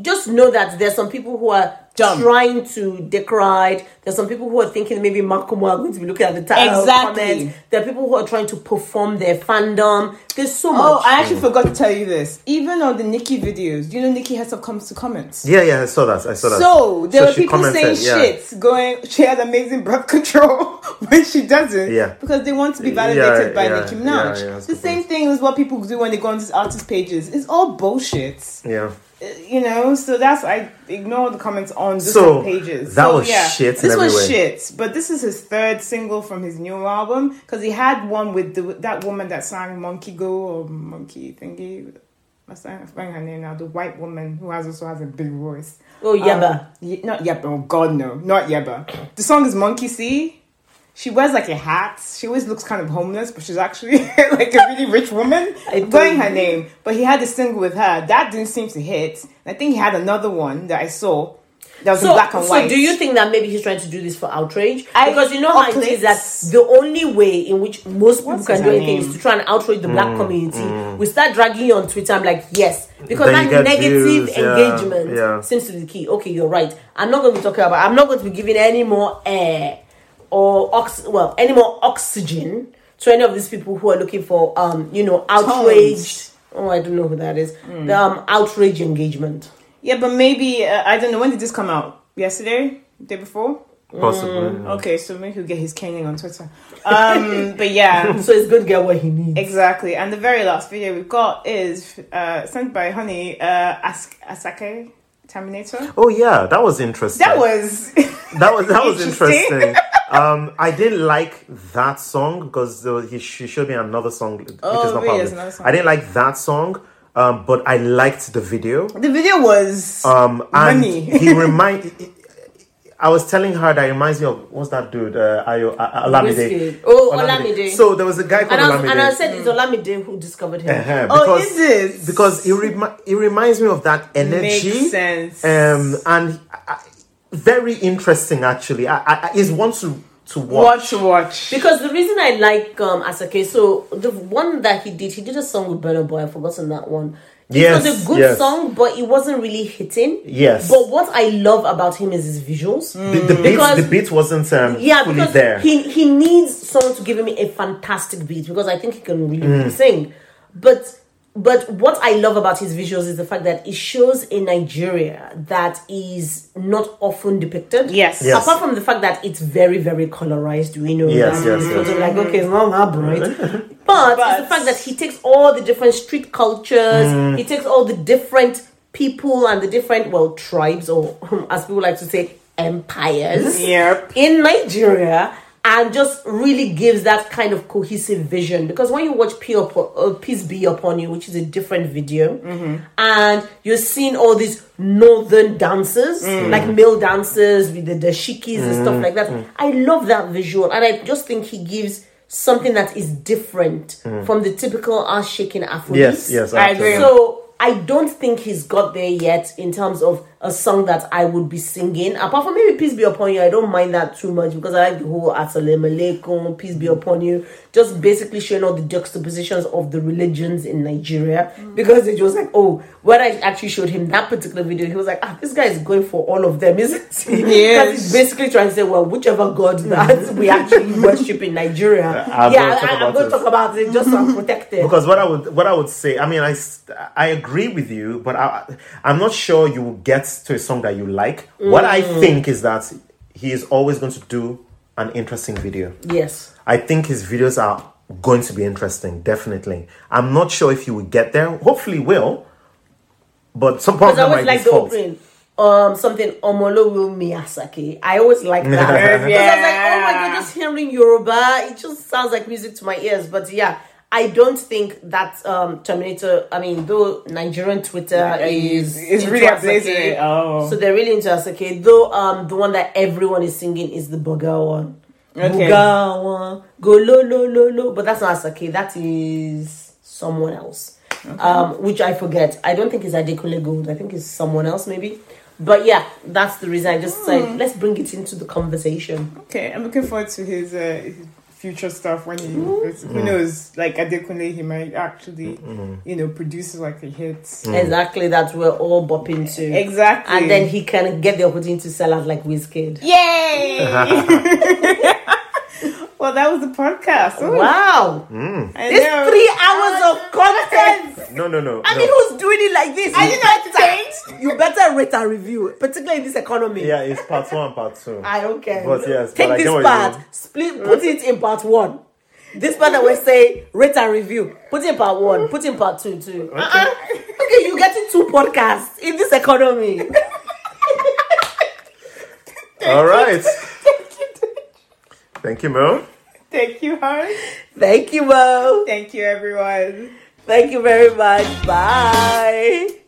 Speaker 3: just know that there's some people who are
Speaker 1: Dumb.
Speaker 3: trying to decride there's some people who are thinking maybe Makomo are going to be looking at the title
Speaker 1: Exactly.
Speaker 3: comments. there are people who are trying to perform their fandom there's so
Speaker 1: oh,
Speaker 3: much
Speaker 1: I actually
Speaker 2: Mm.
Speaker 1: forgot to tell you this. Even on the Nikki videos, you know Nikki herself comes to comments.
Speaker 2: yeah, yeah, I saw that. I saw that.
Speaker 1: So there
Speaker 2: So
Speaker 1: were
Speaker 2: she
Speaker 1: people saying
Speaker 2: commented, yeah.
Speaker 1: shit, going she has amazing breath <laughs> control when she doesn't,
Speaker 2: Yeah.
Speaker 1: because they want to be
Speaker 2: Yeah,
Speaker 1: validated by
Speaker 2: yeah,
Speaker 1: Nicki
Speaker 2: yeah,
Speaker 1: Minaj.
Speaker 2: yeah, that's
Speaker 1: the
Speaker 2: the
Speaker 1: same thing is what people do when they go on these artist pages. It's all bullshit,
Speaker 2: Yeah.
Speaker 1: Uh, you know. So that's I ignore the comments on different
Speaker 2: So,
Speaker 1: pages.
Speaker 2: that
Speaker 1: So,
Speaker 2: was
Speaker 1: yeah,
Speaker 2: shit in
Speaker 1: This
Speaker 2: every
Speaker 1: was
Speaker 2: way.
Speaker 1: shit, but this is his third single from his new album because he had one with the, that woman that sang Monkey Go or Monkey Thingy. I forgot her name now. The white woman who has also has a big voice.
Speaker 3: oh yeah but
Speaker 1: Um, Ye- not Yeba. Oh God, no, not Yeba. The song is Monkey See. She wears like a hat. She always looks kind of homeless, but she's actually <laughs> like a really rich woman.
Speaker 3: <laughs> I
Speaker 1: I'm blurring her
Speaker 3: don't-
Speaker 1: name, but he had a single with her that didn't seem to hit. And I think he had another one that I saw that was in
Speaker 3: so,
Speaker 1: black and
Speaker 3: so
Speaker 1: white.
Speaker 3: do you think that maybe he's trying to do this for outrage?
Speaker 1: I-
Speaker 3: because you know how it is that
Speaker 1: Uplex.
Speaker 3: the only way in which most people
Speaker 1: What's
Speaker 3: can
Speaker 1: his
Speaker 3: do anything
Speaker 1: name?
Speaker 3: is to try and outrage the
Speaker 2: Mm,
Speaker 3: black community. We start dragging you on Twitter. I'm like, yes, because
Speaker 2: Then you
Speaker 3: that
Speaker 2: get
Speaker 3: negative
Speaker 2: views, yeah,
Speaker 3: engagement
Speaker 2: yeah.
Speaker 3: seems to be the key. Okay, you're right. I'm not going to be talking about. I'm not going to be giving any more air or ox. Well, any more oxygen to any of these people who are looking for um, you know, outraged. Oh, I don't know who that is. The um, outrage engagement.
Speaker 1: yeah, but maybe uh, I don't know. When did this come out? Yesterday, day before.
Speaker 2: Possibly.
Speaker 1: Okay, so maybe he'll get his caning on Twitter.
Speaker 3: <laughs>
Speaker 1: Um, but yeah,
Speaker 3: So it's good to get what he needs.
Speaker 1: Exactly. And the very last video we've got is uh, sent by Honey uh, As- Asake Terminator.
Speaker 2: Oh yeah, that was interesting.
Speaker 1: That was.
Speaker 2: that was that was
Speaker 1: Interesting. <laughs>
Speaker 2: interesting. um, I didn't like that song because there was, he she showed me another song which
Speaker 1: Oh,
Speaker 2: is not
Speaker 1: really?
Speaker 2: part of
Speaker 1: There's
Speaker 2: it.
Speaker 1: another song.
Speaker 2: I didn't like that song, um, but I liked the video.
Speaker 1: the video was.
Speaker 2: Um, and
Speaker 1: Money.
Speaker 2: he remind. I was telling her that reminds me of what's that dude? Uh, Ayo uh, Olamide.
Speaker 3: Whiskey. Oh, Olamide.
Speaker 2: So there was a guy called
Speaker 3: And I, was,
Speaker 2: Olamide.
Speaker 3: and I said it's Olamide who discovered him.
Speaker 2: Uh-huh,
Speaker 1: oh,
Speaker 2: because,
Speaker 1: is it?
Speaker 2: because it, remi- it reminds me of that energy. uh,
Speaker 1: Makes sense.
Speaker 2: Um, and I, I- very interesting actually. I, I, I- is one to to watch.
Speaker 1: What to watch?
Speaker 3: Because the reason I like um Asake, so the one that he did, he did a song with Burna Boy. I've forgotten that one. It
Speaker 2: Yes,
Speaker 3: was a good
Speaker 2: yes.
Speaker 3: song, but it wasn't really hitting.
Speaker 2: Yes.
Speaker 3: But what I love about him is his visuals.
Speaker 2: The, the beat,
Speaker 3: Because-
Speaker 2: the beat wasn't um,
Speaker 3: Yeah,
Speaker 2: fully
Speaker 3: because
Speaker 2: there.
Speaker 3: he he needs someone to give him a fantastic beat because I think he can really
Speaker 2: Mm.
Speaker 3: sing. But but what I love about his visuals is the fact that it shows a Nigeria that is not often depicted.
Speaker 1: Yes. Yes.
Speaker 3: Apart from the fact that it's very very colorized, we know.
Speaker 2: Yes,
Speaker 3: that.
Speaker 2: yes,
Speaker 3: So
Speaker 2: yes.
Speaker 3: they're like okay, it's not that
Speaker 2: <laughs>
Speaker 3: bright. But, it's the
Speaker 1: But-
Speaker 3: fact that he takes all the different street cultures.
Speaker 2: Mm.
Speaker 3: He takes all the different people and the different well tribes or <laughs> as people like to say empires
Speaker 1: Yep.
Speaker 3: in Nigeria and just really gives that kind of cohesive vision because when you watch P Up- uh, Peace Be Upon You, which is a different video, and you're seeing all these northern dancers,
Speaker 2: Mm.
Speaker 3: like male dancers with the dashikis and stuff like that. I love that visual, and I just think he gives something that is different from the typical ass shaking Afro.
Speaker 2: Mm. yes, yes,
Speaker 1: I agree.
Speaker 2: absolutely.
Speaker 3: So I don't think he's got there yet in terms of a song that I would be singing. Apart from maybe Peace Be Upon You, I don't mind that too much because I like the whole Assalamu Alaikum, Peace Be Upon You, just basically showing all the juxtapositions of the religions in Nigeria because it was like, oh, when I actually showed him that particular video, he was like, ah, this guy is going for all of them, isn't he? Because he's basically trying to say, well, whichever god that we actually worship in Nigeria,
Speaker 2: I'm
Speaker 3: yeah,
Speaker 2: gonna
Speaker 3: I,
Speaker 2: talk
Speaker 3: I'm
Speaker 2: about
Speaker 3: going to
Speaker 2: it.
Speaker 3: talk about it just so I'm protected.
Speaker 2: <laughs> Because what I would what I would say, I mean, I s- I agree with you, but I I'm not sure you will get to a song that you like. What I
Speaker 3: Mm.
Speaker 2: think is that he is always going to do an interesting video.
Speaker 3: yes.
Speaker 2: I think his videos are going to be interesting, definitely. I'm not sure if he will get there. Hopefully, he will. But some part of
Speaker 3: Because I
Speaker 2: them
Speaker 3: always
Speaker 2: might be
Speaker 3: like the
Speaker 2: fault.
Speaker 3: opening. Um, something Omolowo Miyasaki. I always like
Speaker 2: <laughs>
Speaker 3: that. Because I was like, oh my god, just hearing Yoruba, it just sounds like music to my ears. But yeah, I don't think that um Terminator. I mean, though Nigerian Twitter is
Speaker 1: it's
Speaker 3: into
Speaker 1: really
Speaker 3: Asake,
Speaker 1: amazing. Oh.
Speaker 3: so they're really into Asake. Though um, the one that everyone is singing is the Boga one.
Speaker 1: Okay.
Speaker 3: Boga one, go lo lo lo lo. But that's not Asake. That is someone else. Um, which I forget. I don't think it's Adekunle Gold. I think it's someone else maybe. But yeah, that's the reason I just
Speaker 1: Hmm.
Speaker 3: said let's bring it into the conversation.
Speaker 1: Okay, I'm looking forward to his, uh, his future stuff when he who
Speaker 2: Mm.
Speaker 1: knows like Adekunle he might actually you know produce like a hit.
Speaker 3: Exactly that we're all bopping to.
Speaker 1: Hmm. Exactly.
Speaker 3: And then he can get the opportunity to sell out like Wizkid.
Speaker 1: yay! <laughs> well, that was the podcast. Ooh,
Speaker 3: Wow!
Speaker 1: Hmm. I
Speaker 3: It's
Speaker 1: know. <laughs>
Speaker 3: three hours of content!
Speaker 2: No, no, no.
Speaker 3: I
Speaker 2: no.
Speaker 3: mean, who's doing it like this?
Speaker 1: I did not change.
Speaker 3: You better rate and review, particularly in this economy.
Speaker 2: yeah, it's part one, and part
Speaker 3: <laughs>
Speaker 2: two.
Speaker 3: I don't care.
Speaker 2: But yes,
Speaker 3: take
Speaker 2: but I get
Speaker 3: this
Speaker 2: what you
Speaker 3: part,
Speaker 2: mean.
Speaker 3: split, put it in part one. This part that we say rate and review, put it in part one, put it in part two too. Uh-uh. Okay, you getting two podcasts in this economy. <laughs>
Speaker 2: All right.
Speaker 3: <laughs>
Speaker 2: Thank you, Mo.
Speaker 1: Thank you, Harry.
Speaker 3: Thank you, Mo.
Speaker 1: Thank you, everyone.
Speaker 3: Thank you very much. Bye.